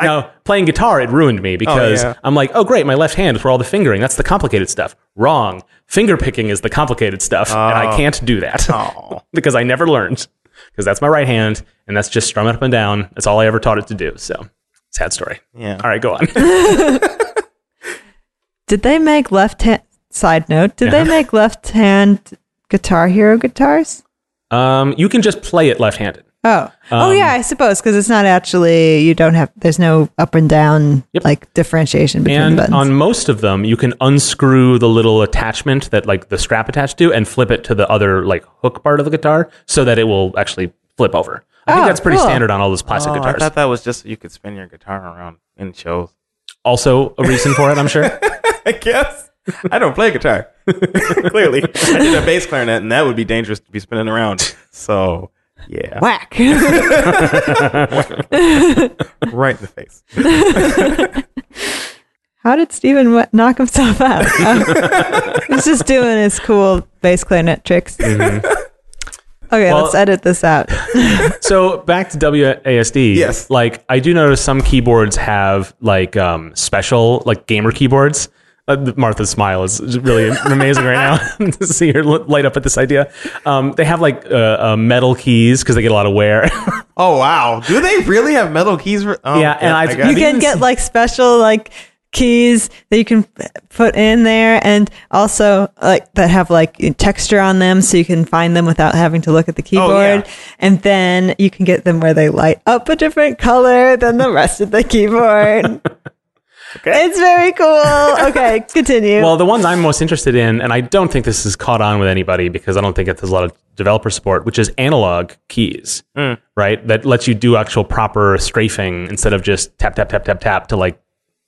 C: Now, playing guitar, it ruined me because
A: yeah.
C: I'm like, oh, great, my left hand is for all the fingering. That's the complicated stuff. Wrong. Finger picking is the complicated stuff, and I can't do that
A: Oh.
C: because I never learned because that's my right hand, and that's just strum it up and down. That's all I ever taught it to do. So, sad story.
A: Yeah.
C: All right, go on.
B: Did they make left-hand? Side note: Did they make left-hand Guitar Hero guitars?
C: um, you can just play it left handed.
B: Oh, oh yeah,
C: Um,
B: I suppose because it's not actually you don't have there's no up and down
C: Yep.
B: like differentiation between
C: And
B: the buttons.
C: on most of them, you can unscrew the little attachment that like the strap attached to and flip it to the other like hook part of the guitar so that it will actually flip over. I
B: Oh,
C: think that's pretty
B: cool.
C: standard on all those plastic
A: Oh, I
C: guitars.
A: thought that was just you could spin your guitar around in shows.
C: also a reason for it, I'm sure.
A: I guess. I don't play guitar. Clearly. I did a bass clarinet, and that would be dangerous to be spinning around. So, yeah.
B: Whack!
A: Right in the face.
B: How did Steven wha- knock himself out? Oh, he's just doing his cool bass clarinet tricks. Okay,
C: Mm-hmm. Well-
B: let's edit this out.
C: so back to WASD.
A: Yes.
C: Like I do notice some keyboards have like um, special like gamer keyboards. Uh, Martha's smile is really amazing right now to see her li- light up at this idea. Um, they have like uh, uh, metal keys because they get a lot of wear.
A: Oh, wow. Do they really have metal keys? For, oh,
C: Yeah, and I-
A: guess.
B: You
C: I've
B: can
C: even
B: get like special like keys that you can p- put in there, and also like that have like texture on them, so you can find them without having to look
C: Oh,
B: at the keyboard.
A: yeah.
B: And then you can get them where they light up a different color than the rest of the keyboard. It's very cool. Okay, continue.
C: Well, the ones I'm most interested in, and I don't think this is caught on with anybody because I don't think it, there's a lot of developer support, which is analog keys, right? That lets you do actual proper strafing instead of just tap tap tap tap tap to like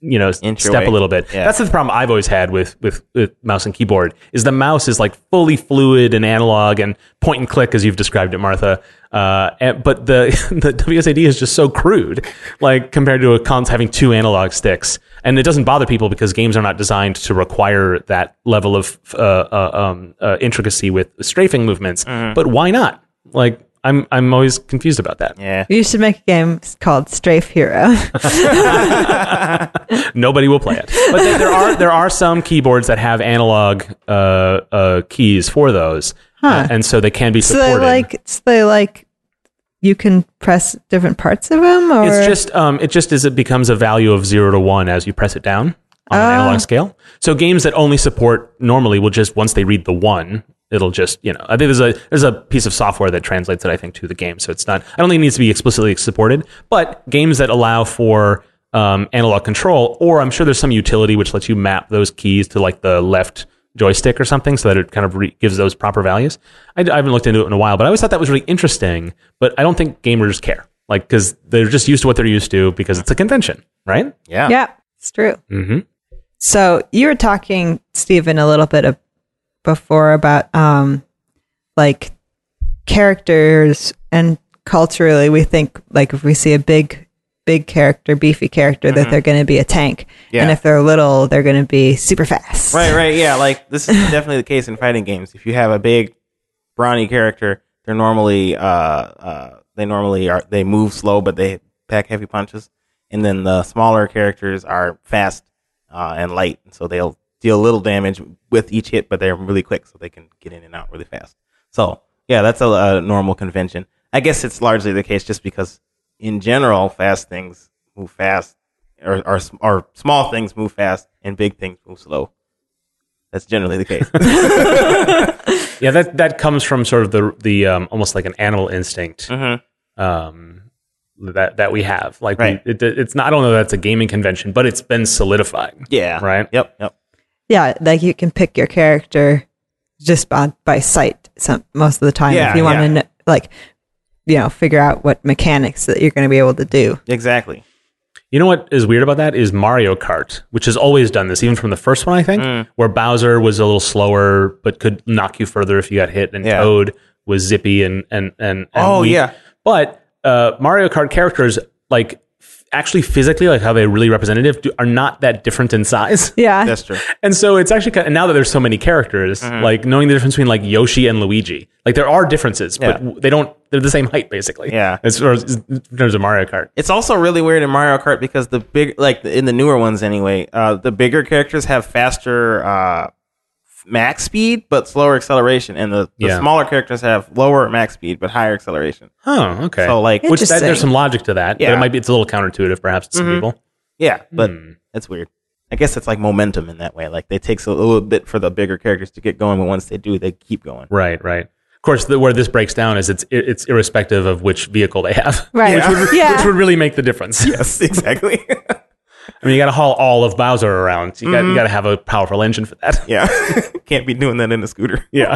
C: you know s-
A: Inch your
C: step
A: way.
C: a little bit.
A: Yeah.
C: That's the problem I've always had with, with with mouse and keyboard is the mouse is like fully fluid and analog and point and click as you've described it, Martha. Uh, and- but the the WSAD is just so crude, like compared to a cons having two analog sticks, and it doesn't bother people because games are not designed to require that level of uh, uh, um, uh, intricacy with strafing movements. But why not? Like I'm I'm always confused about that.
A: yeah.
B: you should make a game called Strafe Hero.
C: Nobody will play it. But there, there are there are some keyboards that have analog uh, uh, keys for those, Uh, and so they can be
B: so they
C: supported.
B: like, so they like, you can press different parts of them, or
C: it's just um, it just is it becomes a value of zero to one as you press it down on an
B: Oh.
C: analog scale. So games that only support normally will just once they read the one, it'll just you know I think there's a there's a piece of software that translates it I think to the game. So it's not I don't think it needs to be explicitly supported, but games that allow for um, analog control, or I'm sure there's some utility which lets you map those keys to like the left joystick or something so that it kind of re- gives those proper values. I, I haven't looked into it in a while, but I always thought that was really interesting, but I don't think gamers care. Like, because they're just used to what they're used to because it's a convention, right?
A: Yeah.
B: yeah, it's true.
C: Mm-hmm.
B: So you were talking, Stephen, a little bit of, before about um, like characters and culturally we think like if we see a big big character beefy character
C: Mm-hmm.
B: that they're going to be a tank
A: Yeah.
B: and if they're little they're going to be super fast
A: Right, right, yeah. Like this is definitely the case in fighting games. If you have a big, brawny character, they're normally uh, uh, they normally are they move slow, but they pack heavy punches. And then the smaller characters are fast uh, and light, so they'll deal little damage with each hit, but they're really quick, so they can get in and out really fast. So yeah, that's a, a normal convention. I guess it's largely the case just because in general, fast things move fast, or, or, s- or small things move fast, and big things move slow. That's generally the case.
C: Yeah, that that comes from sort of the the um, almost like an animal instinct um, that that we have. Like, we-
A: Right.
C: it, it's not. I don't know. That's a gaming convention, but it's been solidifying.
A: yeah.
C: Right.
A: Yep. Yep.
B: yeah like you can pick your character just by, by sight some most of the time
A: Yeah,
B: if you want
A: yeah.
B: to know, like you know figure out what mechanics that you're going to be able to do
A: Exactly.
C: You know what is weird about that is Mario Kart, which has always done this, even from the first one, I think,
A: Mm.
C: where Bowser was a little slower but could knock you further if you got hit, and
A: Yeah.
C: Toad was zippy and and and, and
A: Oh,
C: weak.
A: yeah.
C: But uh, Mario Kart characters, like f- actually physically, like how they really representative, do, are not that different in size.
B: yeah
A: That's true.
C: And so it's actually kind of, now that there's so many characters,
A: Mm-hmm.
C: like knowing the difference between like Yoshi and Luigi, like there are differences,
A: Yeah.
C: but w- they don't, they're the same height basically.
A: Yeah.
C: As far as in terms of Mario Kart.
A: It's also really weird in Mario Kart because the big, like in the newer ones anyway, uh, the bigger characters have faster uh, max speed but slower acceleration, and the, the
C: Yeah.
A: smaller characters have lower max speed but higher acceleration.
C: Oh, okay.
A: So like,
C: Which that,
B: Interesting.
C: there's some logic to that. But
A: Yeah. Mm-hmm.
C: it might be it's a little counterintuitive, perhaps to some people.
A: yeah, but
C: Hmm.
A: that's weird. I guess it's like momentum in that way. Like, it takes a little bit for the bigger characters to get going, but once they do, they keep going.
C: Right, right. Of course, the, where this breaks down is it's it's irrespective of which vehicle they have,
B: right yeah,
C: which would really make the difference.
A: Yes, exactly.
C: I mean, you got to haul all of Bowser around. You got
A: Mm-hmm.
C: you got to have a powerful engine for that.
A: yeah, can't be doing that in a scooter.
C: Yeah.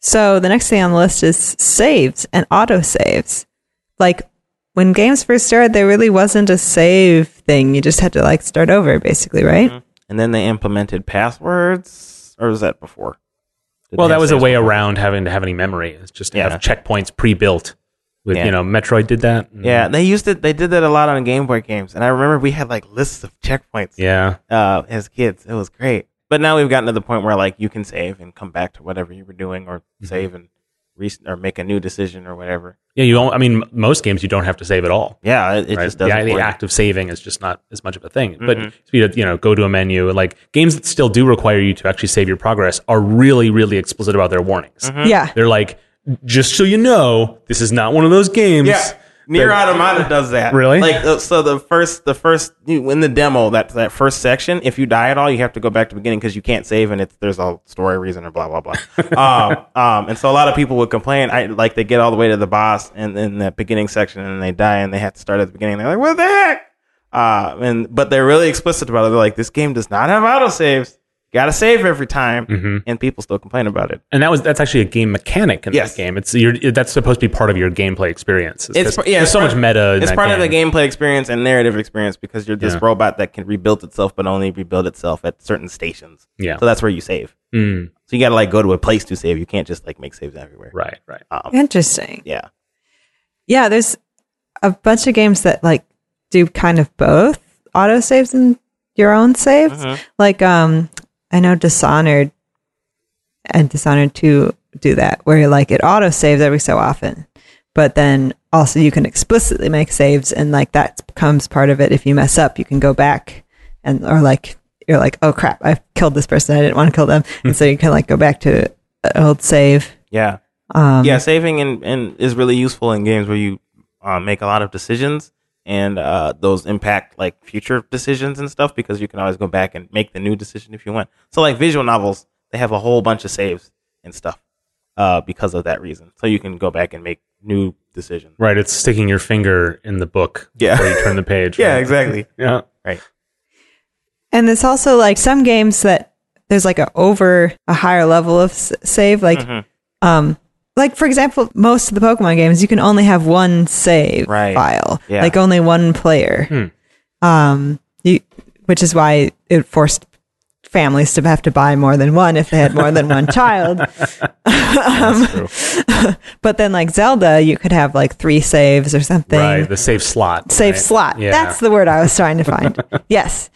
B: So the next thing on the list is saves and auto saves. Like when games first started, there really wasn't a save thing. You just had to like start over, basically, right?
A: And then they implemented passwords, or was that before? Did
C: well,
A: they
C: that
A: have
C: was a
A: saves
C: way
A: before?
C: around having to have any memory. It's just to
A: Yeah.
C: have checkpoints pre-built. With
A: Yeah.
C: you know, Metroid did that. and-
A: Yeah, they used it. They did that a lot on Game Boy games, and I remember we had like lists of checkpoints.
C: Yeah.
A: uh, as kids. It was great. But now we've gotten to the point where like you can save and come back to whatever you were doing, or
C: Mm-hmm.
A: save and re- or make a new decision or whatever.
C: Yeah. You don't. I mean, m- most games you don't have to save at all.
A: Yeah, it, it
C: right?
A: just
C: the,
A: doesn't.
C: the
A: work. Mm-hmm.
C: act of saving is just not as much of a thing. But you know, you know, go to a menu like games that still do require you to actually save your progress are really, really explicit about their warnings.
A: Mm-hmm.
B: Yeah.
C: They're like, just so you know, this is not one of those games.
A: Yeah. Near Automata does that.
C: Really?
A: Like uh, so the first the first you- in the demo that that first section, if you die at all, you have to go back to the beginning because you can't save and it's there's a story reason or blah blah blah. um, um, and so a lot of people would complain. I like they get all the way to the boss and then that beginning section and they die and they have to start at the beginning. They're like, what the heck? Uh, and but they're really explicit about it. They're like, this game does not have auto saves. Got to save every time, and people still complain about it.
C: And that was that's actually a game mechanic in
A: Yes.
C: this game. It's you're, it- that's supposed to be part of your gameplay experience.
A: It's
C: 'cause
A: pr- yeah,
C: There's
A: it's
C: so
A: part-
C: much meta. In
A: it's
C: that
A: part of
C: game.
A: the gameplay experience and narrative experience because you're this
C: Yeah.
A: robot that can rebuild itself but only rebuild itself at certain stations
C: Yeah.
A: so that's where you save
C: Mm,
A: so you gotta like go to a place to save you can't just like make saves everywhere
C: right. Uh, Right.
B: Interesting.
A: yeah
B: Yeah, there's a bunch of games that like do kind of both auto saves and your own saves. Like um I know Dishonored and Dishonored 2 do that where like it auto saves every so often. But then also you can explicitly make saves and like that becomes part of it. If you mess up, you can go back and or like you're like, "Oh crap, I killed this person. I didn't want to kill them." and so you can like go back to an old save.
A: yeah
B: Um
A: yeah saving and, and is really useful in games where you uh, make a lot of decisions and uh, those impact like future decisions and stuff because you can always go back and make the new decision if you want so like visual novels they have a whole bunch of saves and stuff uh, because of that reason so you can go back and make new decisions
C: Right. It's sticking your finger in the book
A: Yeah.
C: before you turn the page.
A: Yeah,
C: right?
A: exactly.
C: Yeah.
A: Right.
B: And there's also like some games that there's like a over a higher level of s- save. Like,
A: Mm-hmm.
B: um, like for example, most of the Pokemon games you can only have one save
A: Right.
B: file,
A: Yeah.
C: Hmm.
B: like only one player. Um, You, which is why it forced families to have to buy more than one if they had more than one child. Um,
C: That's true.
B: But then, like Zelda, you could have like three saves or something.
C: Right. The safe slot.
B: Save
C: right?
B: slot.
C: Yeah.
B: That's the word I was trying to find. yes.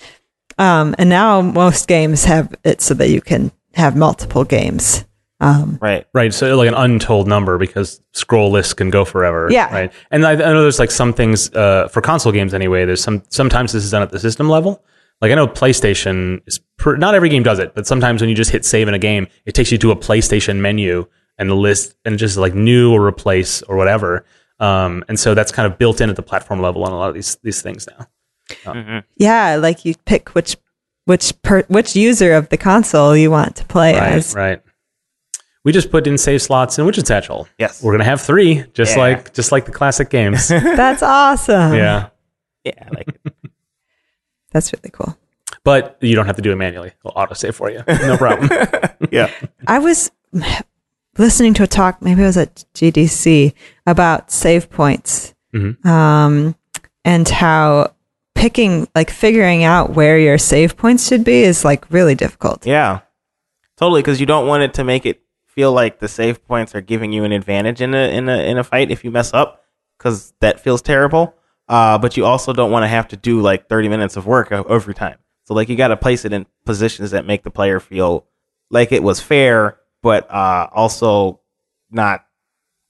B: Um, and now most games have it so that you can have multiple games.
A: Right.
C: Right, so like an untold number because scroll lists can go forever.
B: Yeah.
C: right. And I, I know there's like some things uh, for console games anyway. There's some sometimes this is done at the system level. Like I know PlayStation is per, not every game does it, but sometimes when you just hit save in a game, it takes you to a PlayStation menu and the list and just like new or replace or whatever. Um, and so that's kind of built in at the platform level on a lot of these these things now.
B: Yeah, like you pick which which per, which user of the console you want to play as.
C: Right. We just put in save slots in Widget Satchel.
A: Yes.
C: We're gonna have three, just
A: Yeah.
C: like just like the classic games.
B: That's awesome.
C: yeah.
A: Yeah. I Like it.
B: That's really cool. autosave
C: but you don't have to do it manually. It'll autosave for you. No problem.
A: yeah.
B: I was listening to a talk, maybe it was at GDC, about save points
C: Mm-hmm.
B: um, and how picking, like figuring out where your save points should be is like really difficult.
A: Yeah. Totally, because you don't want it to make it feel like the save points are giving you an advantage in a in a in a fight if you mess up, because that feels terrible. Uh, but you also don't want to have to do like 30 minutes of work o- every time. So like you got to place it in positions that make the player feel like it was fair, but uh, also not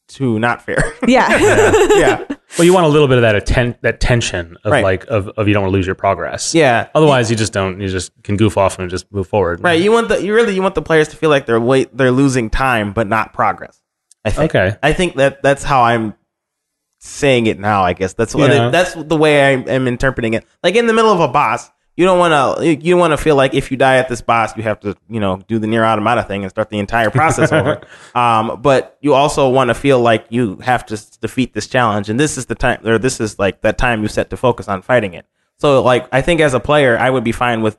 A: too not fair.
B: Yeah.
A: yeah,
C: well, you want a little bit of that atten- that tension of
A: Right.
C: like of, of you don't want to lose your progress.
A: yeah.
C: Otherwise, you just don't. You just can goof off and just move forward.
A: Right. You want the you really you want the players to feel like they're wait they're losing time but not progress. I think.
C: Okay.
A: I think that that's how I'm saying it now. I guess that's what
C: Yeah.
A: that's the way I am interpreting it. Like in the middle of a boss, you don't want to you want to feel like if you die at this boss, you have to you know do the near automata thing and start the entire process over. Um, but you also want to feel like you have to s- defeat this challenge, and this is the time or this is like that time you set to focus on fighting it. So like I think as a player, I would be fine with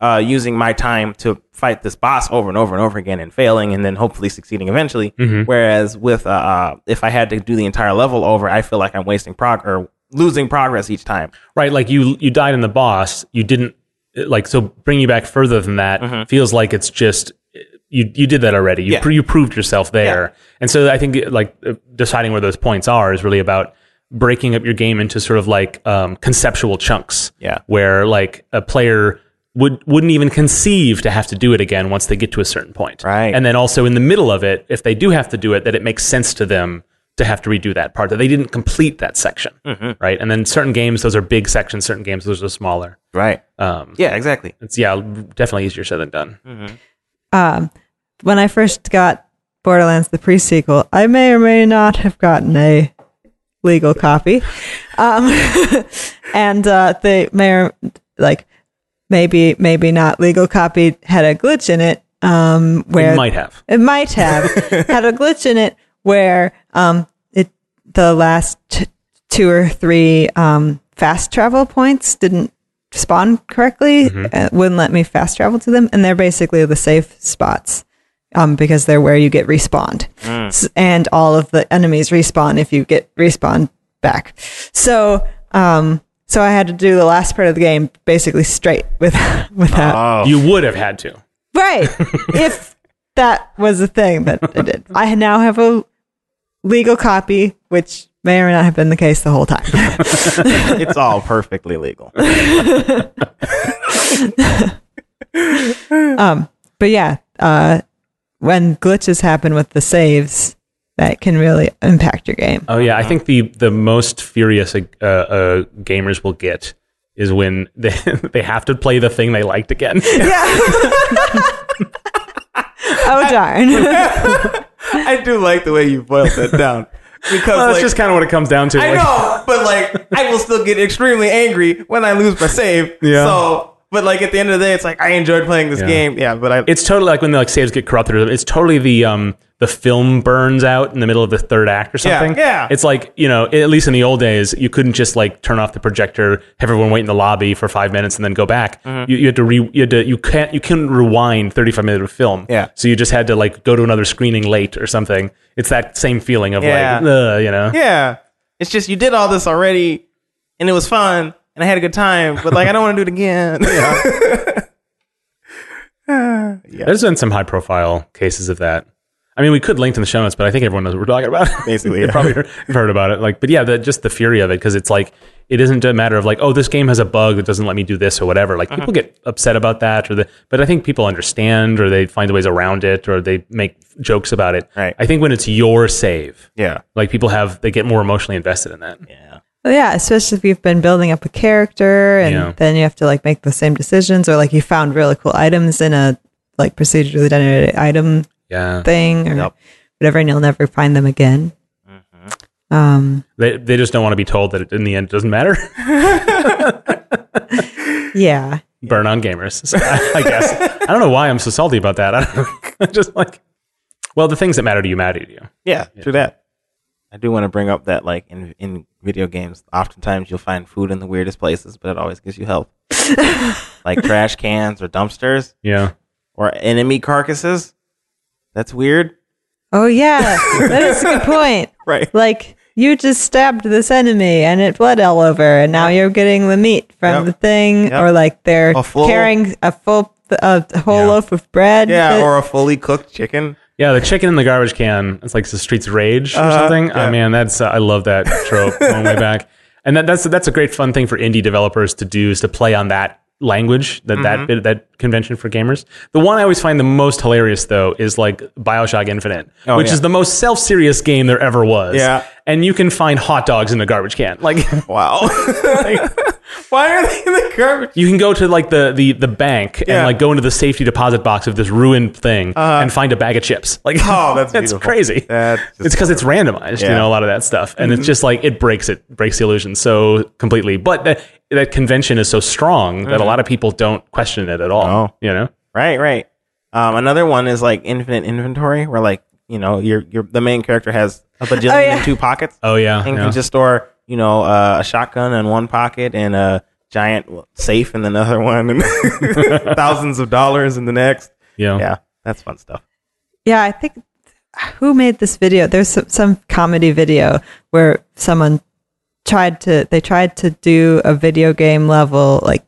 A: uh, using my time to fight this boss over and over and over again and failing and then hopefully succeeding eventually.
C: Mm-hmm.
A: Whereas with uh, uh, if I had to do the entire level over, I feel like I'm wasting prog or losing progress each time.
C: Right. Like you you died in the boss. You didn't like so. Bring you back further than that feels like it's just. You, you did that already. You,
A: Mm-hmm. Yeah.
C: pr- you proved yourself there, and so I think like uh, deciding where those points are is really about breaking up your game into sort of like um, conceptual chunks.
A: Yeah.
C: where like a player would wouldn't even conceive to have to do it again once they get to a certain point.
A: Right.
C: And then also in the middle of it, if they do have to do it, that it makes sense to them to have to redo that part that they didn't complete that section.
A: Mm-hmm.
C: Right. And then certain games, those are big sections. Certain games, those are smaller.
A: Right.
C: Um,
A: Yeah. Exactly.
C: it's yeah, definitely easier said than done.
A: Mm-hmm.
B: um, when I first got Borderlands the prequel, I may or may not have gotten a legal copy, um, and uh, the mayor like maybe maybe not legal copy had a glitch in it um, where
C: You might have.
B: it might have had a glitch in it where um, it the last t- two or three um, fast travel points didn't spawn correctly. uh, wouldn't let me fast travel to them, and they're basically the safe spots um, because they're where you get respawned, S- and all of the enemies respawn if you get respawned back. So. Um, so I had to do the last part of the game basically straight with without
C: You would have had to.
B: Right. if that was the thing that I did. I now have a legal copy, which may or may not have been the case the whole time.
A: it's all perfectly legal.
B: but yeah, uh, when glitches happen with the saves, that can really impact your game.
C: Oh yeah, I think the the most furious uh, uh, gamers will get is when they they have to play the thing they liked again.
B: Oh, darn.
A: I do like the way you boiled that down because
C: Well, that's
A: like,
C: just kind of what it comes down to.
A: I
C: like-
A: know, but like I will still get extremely angry when I lose my save.
C: Yeah.
A: So, but like at the end of the day, it's like I enjoyed playing this game. Yeah, but I
C: It's totally like when the like saves get corrupted. or- It's totally the um the film burns out in the middle of the third act or
A: Yeah,
C: something.
A: yeah.
C: It's like you know, at least in the old days, you couldn't just like turn off the projector, have everyone wait in the lobby for five minutes, and then go back.
A: Mm-hmm.
C: You, you had to re you had to you can't you couldn't rewind thirty five minutes of film.
A: Yeah.
C: So you just had to like go to another screening late or something. It's that same feeling of
A: Yeah.
C: like, Ugh, you know.
A: Yeah. It's just you did all this already and it was fun, and I had a good time, but like I don't want to do it again.
C: There's been some high profile cases of that. I mean, we could link to the show notes, but I think everyone knows what we're talking about.
A: Basically,
C: You've
A: yeah.
C: probably heard, you've heard about it. Like, but yeah, the, just the fury of it because it's like it isn't a matter of like, oh, this game has a bug that doesn't let me do this or whatever. Like, people get upset about that, or the. But I think people understand, or they find ways around it, or they make jokes about it.
A: Right.
C: I think when it's your save,
A: yeah,
C: like people have, they get more emotionally invested in that.
A: yeah,
B: Well, yeah, especially if you've been building up a character and
C: Yeah.
B: then you have to like make the same decisions or like you found really cool items in a like procedurally generated item
C: Yeah.
B: thing or
A: Yep.
B: whatever and you'll never find them again.
A: Mm-hmm.
B: Um,
C: They, they just don't want to be told that it, in the end it doesn't matter.
B: yeah.
C: burn on gamers. So I, I guess I don't know why I'm so salty about that. I don't know. just like, well, the things that matter to you matter to you.
A: yeah. True that. I do want to bring up that like in in video games, oftentimes you'll find food in the weirdest places, but it always gives you help, like trash cans or dumpsters
C: Yeah,
A: or enemy carcasses. That's weird,
B: Oh yeah. that is a good point.
A: right?
B: Like you just stabbed this enemy and it bled all over and now you're getting the meat
A: Yep.
B: from the thing
A: Yep.
B: or like they're
A: A full-
B: carrying a full a whole
C: Yeah.
B: loaf of bread.
A: Yeah,
B: that-
A: or a fully cooked chicken.
C: yeah. The chicken in the garbage can. It's like the streets rage or something.
A: Uh-huh. yeah.
C: Oh man, that's uh, I love that trope going way back. And that, that's that's a great fun thing for indie developers to do is to play on that language that
A: Mm-hmm.
C: that bit that convention for gamers. The one I always find the most hilarious though is like BioShock Infinite,
A: Oh,
C: which
A: yeah.
C: is the most self-serious game there ever was.
A: Yeah.
C: And you can find hot dogs in a garbage can. Like
A: Wow. Why are they in the garbage?
C: you can go to like the the, the bank
A: Yeah. Uh-huh.
C: and like go into the safety deposit box of this ruined thing and find a bag of chips. Like
A: Oh, that's
C: it's
A: beautiful.
C: crazy.
A: That's just
C: it's because it's randomized, you
A: Yeah. Mm-hmm.
C: know, a lot of that stuff, and it's just like it breaks it breaks the illusion so completely. But that that convention is so strong that a lot of people don't question it at all.
A: Mm-hmm. No.
C: You know,
A: Right, right. Um, another one is like infinite inventory, where like you know your your the main character has a bajillion
B: Oh, yeah.
A: and two pockets,
C: oh yeah,
A: and
C: yeah.
A: can just store you know uh, a shotgun in one pocket and a giant safe in another one, and thousands of dollars in the next.
C: yeah.
A: Yeah, that's fun stuff.
B: Yeah, I think who made this video? There's some, some comedy video where someone tried to they tried to do a video game level like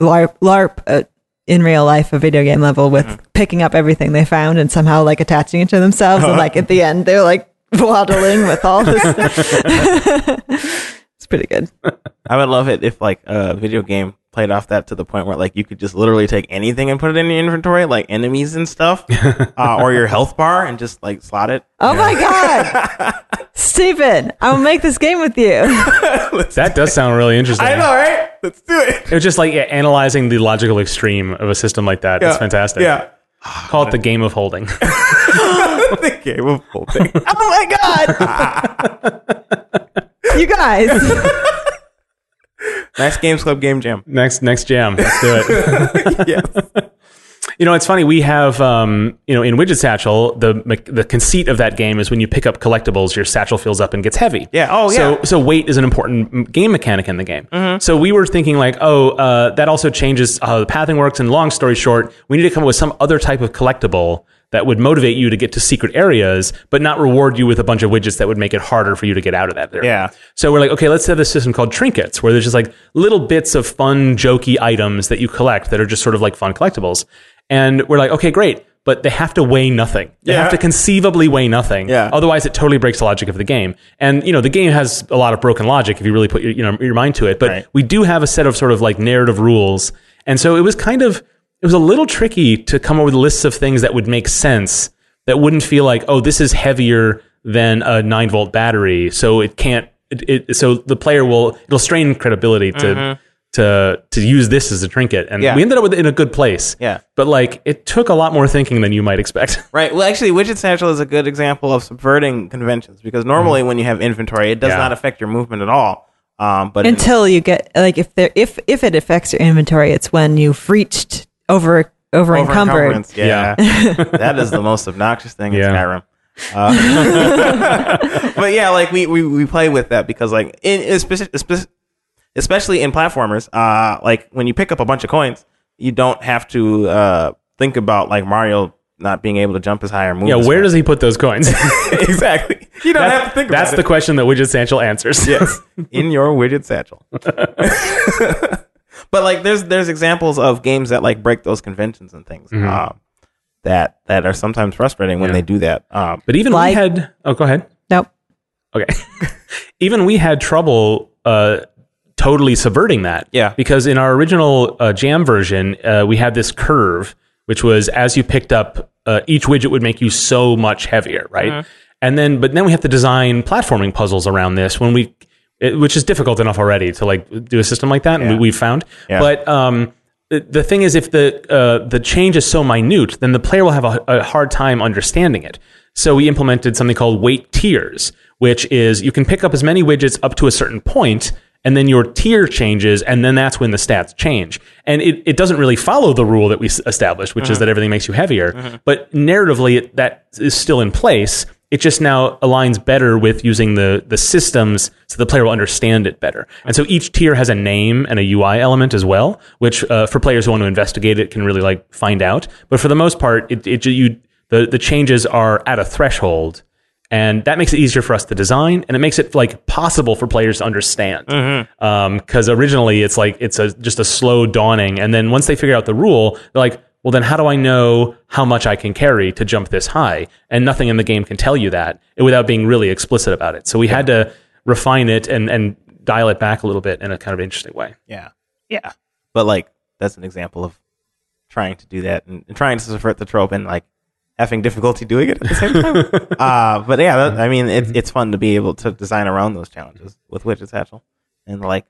B: LARP LARP uh, in real life a video game level with picking up everything they found and somehow like attaching it to themselves and like at the end they're like waddling with all this. it's pretty good.
A: I would love it if like a video game played off that to the point where like you could just literally take anything and put it in your inventory, like enemies and stuff, uh, or your health bar, and just like slot it.
B: Oh my god, Stephen! I will make this game with you.
C: That does sound really interesting.
A: I know, right? Let's do it.
C: It was just like yeah, analyzing the logical extreme of a system like that. It's fantastic.
A: Yeah.
C: Call it the game of holding.
A: the game of holding.
B: Oh my god, you guys.
A: nice games club game jam.
C: next next jam. Let's do it.
A: yes.
C: You know, it's funny. We have, um, you know, in Widget Satchel, the me- the conceit of that game is when you pick up collectibles, your satchel fills up and gets heavy.
A: Yeah. Oh,
C: so,
A: yeah. Mm-hmm.
C: So weight is an important m- game mechanic in the game. So we were thinking like, oh, uh, that also changes how the pathing works. And long story short, we need to come up with some other type of collectible that would motivate you to get to secret areas, but not reward you with a bunch of widgets that would make it harder for you to get out of that area.
A: Yeah.
C: So we're like, okay, let's have this system called trinkets, where there's just like little bits of fun, jokey items that you collect that are just sort of like fun collectibles. And we're like, okay, great, but they have to weigh nothing. They
A: Yeah.
C: have to conceivably weigh nothing.
A: Yeah.
C: Otherwise, it totally breaks the logic of the game. And you know, the game has a lot of broken logic if you really put your, you know your mind to it. But
A: Right.
C: we do have a set of sort of like narrative rules, and so it was kind of it was a little tricky to come up with lists of things that would make sense that wouldn't feel like oh this is heavier than a nine volt battery, so it can't. It, it, so the player will it'll strain credibility to. To, to use this as a trinket, and
A: Mm-hmm. Yeah.
C: we ended up with it in a good place.
A: Yeah.
C: but like it took a lot more thinking than you might expect.
A: Right. Well, actually, Widget Satchel is a good example of subverting conventions because normally when you have inventory, it does
C: Mm-hmm. Yeah.
A: not affect your movement at all. Um, but in-
B: until you get like if there if if it affects your inventory it's when you've reached over over
A: over
B: encumbered
A: encumbrance, Yeah. that is the most obnoxious thing in
C: Yeah.
A: Skyrim. Uh, but yeah, like we, we, we play with that because like in especially especially in platformers, uh, like when you pick up a bunch of coins, you don't have to uh, think about like Mario not being able to jump as high or move.
C: Yeah,
A: as
C: where
A: fast.
C: does he put those coins?
A: exactly? You don't
C: That's-
A: have to think
C: That's the
A: about
C: question that Widget Sanchel answers.
A: it. Yes. In your widget satchel. but like there's there's examples of games that like break those conventions and things. Um, that that are sometimes frustrating when they do that. Um,
C: But even
B: Like-
C: we had. Oh, go ahead.
B: Nope.
C: Okay. Even we had trouble uh, totally subverting that.
A: Yeah.
C: Because in our original uh, Jam version, uh, we had this curve, which was as you picked up, uh, each widget would make you so much heavier, right?
A: Uh-huh.
C: And then, but then we have to design platforming puzzles around this when we, it, which is difficult enough already to like do a system like that. And we, we've found,
A: Yeah.
C: but um, the, the thing is, if the uh, the change is so minute, then the player will have a, a hard time understanding it. So we implemented something called weight tiers, which is you can pick up as many widgets up to a certain point, and then your tier changes, and then that's when the stats change. And it, it doesn't really follow the rule that we s- established, which is that everything makes you heavier. But narratively, it, that is still in place. It just now aligns better with using the the systems so the player will understand it better. And so each tier has a name and a UI element as well, which uh, for players who want to investigate it can really like find out. But for the most part, it, it you the the changes are at a threshold, and that makes it easier for us to design, and it makes it like possible for players to understand. Because originally it's like it's a just a slow dawning, and then once they figure out the rule, they're like, well, then how do I know how much I can carry to jump this high? And nothing in the game can tell you that without being really explicit about it. So we had to refine it and and dial it back a little bit in a kind of interesting way.
A: Yeah. Yeah. But like that's an example of trying to do that and, and trying to subvert the trope and like having difficulty doing it at the same time. uh, but yeah, that, I mean, it, it's fun to be able to design around those challenges with Widget Satchel and like.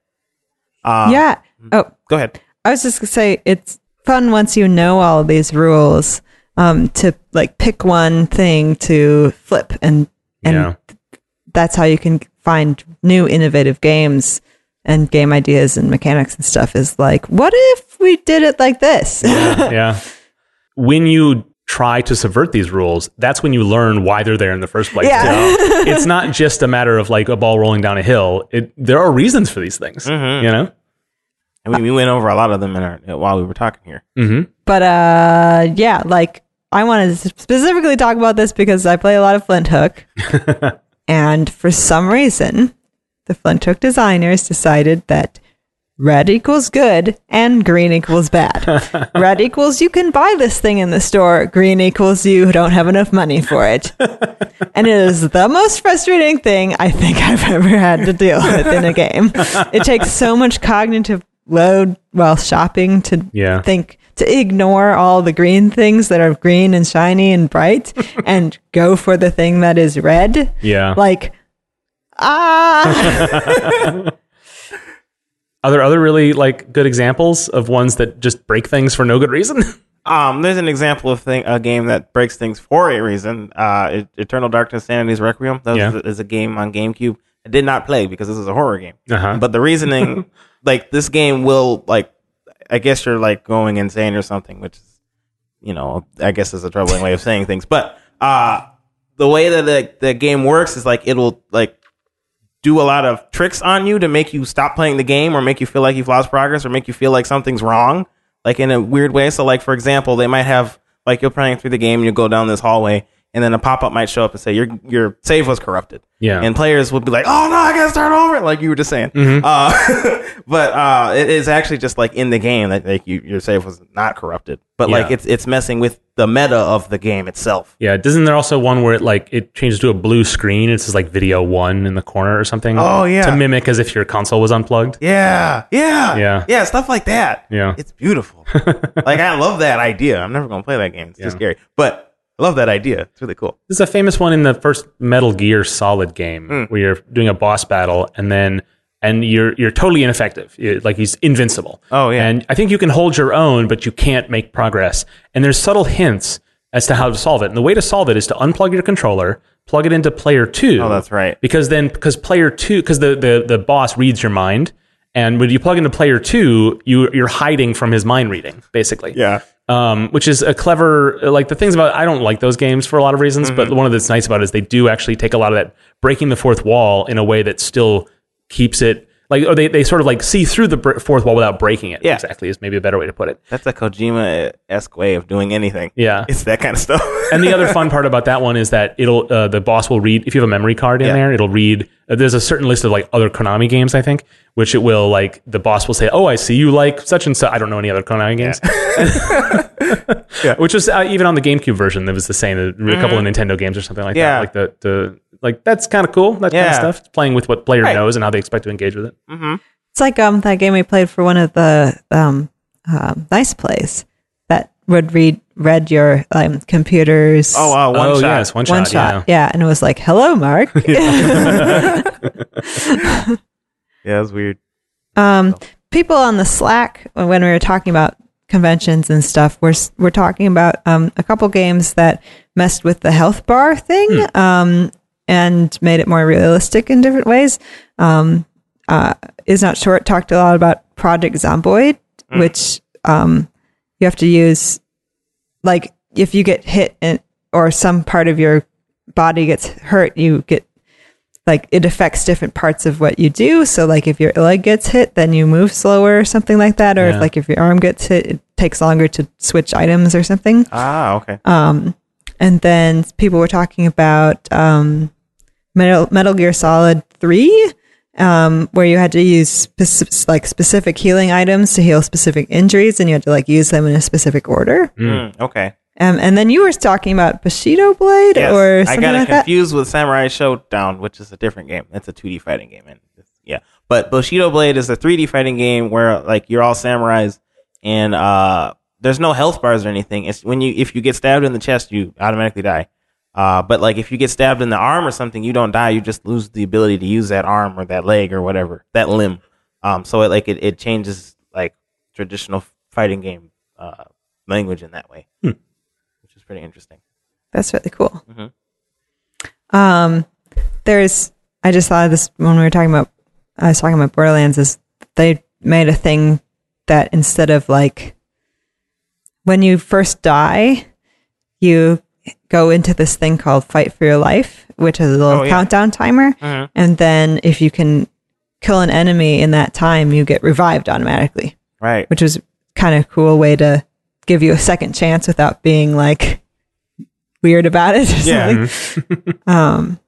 A: Uh,
B: yeah. Oh,
A: Go ahead.
B: I was just gonna say it's fun once you know all of these rules um, to like pick one thing to flip, and and
C: yeah.
B: that's how you can find new innovative games and game ideas and mechanics and stuff. Is like, what if we did it like this?
C: yeah. When you try to subvert these rules, that's when you learn why they're there in the first place.
B: Yeah.
C: too. it's not just a matter of like a ball rolling down a hill. It, there are reasons for these things,
A: Mm-hmm.
C: you know?
A: I mean, we went over a lot of them in our while we were talking here.
B: But uh, yeah, like I wanted to specifically talk about this because I play a lot of Flint Hook, and for some reason, the Flint Hook designers decided that red equals good and green equals bad. red equals you can buy this thing in the store. Green equals you don't have enough money for it. and it is the most frustrating thing I think I've ever had to deal with in a game. It takes so much cognitive load while shopping to
C: Yeah.
B: think to ignore all the green things that are green and shiny and bright and go for the thing that is red.
C: Yeah.
B: Like ah
C: are there other really like good examples of ones that just break things for no good reason?
A: Um, there's an example of thing, a game that breaks things for a reason. Uh, E- Eternal Darkness, Sanity's Requiem. That was,
C: Yeah.
A: is a game on GameCube. I did not play because this is a horror game.
C: Uh-huh.
A: But the reasoning, like this game will like, I guess you're like going insane or something, which is, you know, I guess is a troubling way of saying things. But uh, the way that the, the game works is like it'll like do a lot of tricks on you to make you stop playing the game or make you feel like you've lost progress or make you feel like something's wrong, like in a weird way. So, like, for example, they might have, like, you're playing through the game and you go down this hallway and then a pop up might show up and say, your, your save was corrupted.
C: Yeah.
A: And players would be like, oh, no, I got to start over, like you were just saying.
C: Mm-hmm.
A: Uh, but uh, it is actually just like in the game that like you, your save was not corrupted. But, like,
C: Yeah.
A: it's, it's messing with the meta of the game itself.
C: yeah. Isn't there also one where it like it changes to a blue screen? It says like video one in the corner or something.
A: Oh, yeah.
C: To mimic as if your console was unplugged.
A: Yeah, yeah,
C: Yeah.
A: yeah, stuff like that.
C: Yeah.
A: it's beautiful. like I love that idea. I'm never gonna play that game. It's too scary, but I love that idea. It's really cool.
C: There's a famous one in the first Metal Gear Solid game
A: Hmm.
C: where you're doing a boss battle and then and you're you're totally ineffective. You- like he's invincible.
A: Oh, yeah.
C: And I think you can hold your own, but you can't make progress. And there's subtle hints as to how to solve it. And the way to solve it is to unplug your controller, plug it into player two.
A: Oh, that's right.
C: Because then because player two because the, the the boss reads your mind. And when you plug into player two, you you're hiding from his mind reading, basically um, which is a clever like the things about I don't like those games for a lot of reasons, but one of that's nice about it is they do actually take a lot of that breaking the fourth wall in a way that still keeps it Like, or they, they sort of like see through the br- fourth wall without breaking it.
A: Yeah.
C: Exactly is maybe a better way to put it.
A: That's a Kojima esque way of doing anything.
C: Yeah.
A: It's that kind of stuff.
C: and the other fun part about that one is that it'll uh, the boss will read if you have a memory card in
A: Yeah.
C: there it'll read uh, there's a certain list of like other konami games i think which it will like the boss will say oh i see you like such and such i don't know any other konami games
A: Yeah. Mm-hmm.
C: which was uh, even on the gamecube version that was the same a couple of nintendo games or something like
A: Yeah.
C: that like the, the like that's kind of cool that kind
A: Yeah.
C: of stuff playing with what player
A: Right.
C: knows and how they expect to engage with it
B: It's like um that game we played for one of the um, um nice plays that would read read your um, computers.
A: oh, wow. One
C: oh
A: shot.
C: yes one,
B: one
C: shot,
B: shot.
C: yeah
B: Yeah. and it was like, "Hello, Mark."
A: Yeah, that's weird.
B: um, people on the Slack when we were talking about conventions and stuff, we're s- we're talking about um, a couple games that messed with the health bar thing um, and made it more realistic in different ways. Um, uh, is not short talked a lot about Project Zomboid, which um, you have to use like if you get hit and or some part of your body gets hurt, you get like it affects different parts of what you do. So like if your leg gets hit, then you move slower or something like that. Or if
C: Yeah.
B: like if your arm gets hit, it takes longer to switch items or something.
A: Ah, okay.
B: And then people were talking about um, Metal, Metal Gear Solid Three, um, where you had to use speci- like specific healing items to heal specific injuries, and you had to like use them in a specific order.
A: Mm, okay.
B: Um, and then you were talking about Bushido Blade
A: Yes.
B: or
A: I
B: something
A: got it
B: like that.
A: confused with Samurai Showdown, which is a different game. It's a 2D fighting game. And it's- yeah. But Bushido Blade is a 3D fighting game where like you're all samurais and uh there's no health bars or anything. It's when you if you get stabbed in the chest, you automatically die. Uh, but like if you get stabbed in the arm or something, you don't die. You just lose the ability to use that arm or that leg or whatever that limb. Um, so it like it, it changes like traditional fighting game uh, language in that way,
B: Hmm.
A: which is pretty interesting.
B: That's really cool.
A: Mhm.
B: Um, there's, I just thought of this when we were talking about, I was talking about Borderlands, is they made a thing that instead of like, when you first die, you go into this thing called Fight for Your Life, which is a little
A: Oh, yeah. Mm-hmm.
B: countdown timer. And then if you can kill an enemy in that time, you get revived automatically
A: Right.
B: which was kind of cool way to give you a second chance without being like weird about it. Or
A: Yeah. Mm-hmm.
B: Something. um,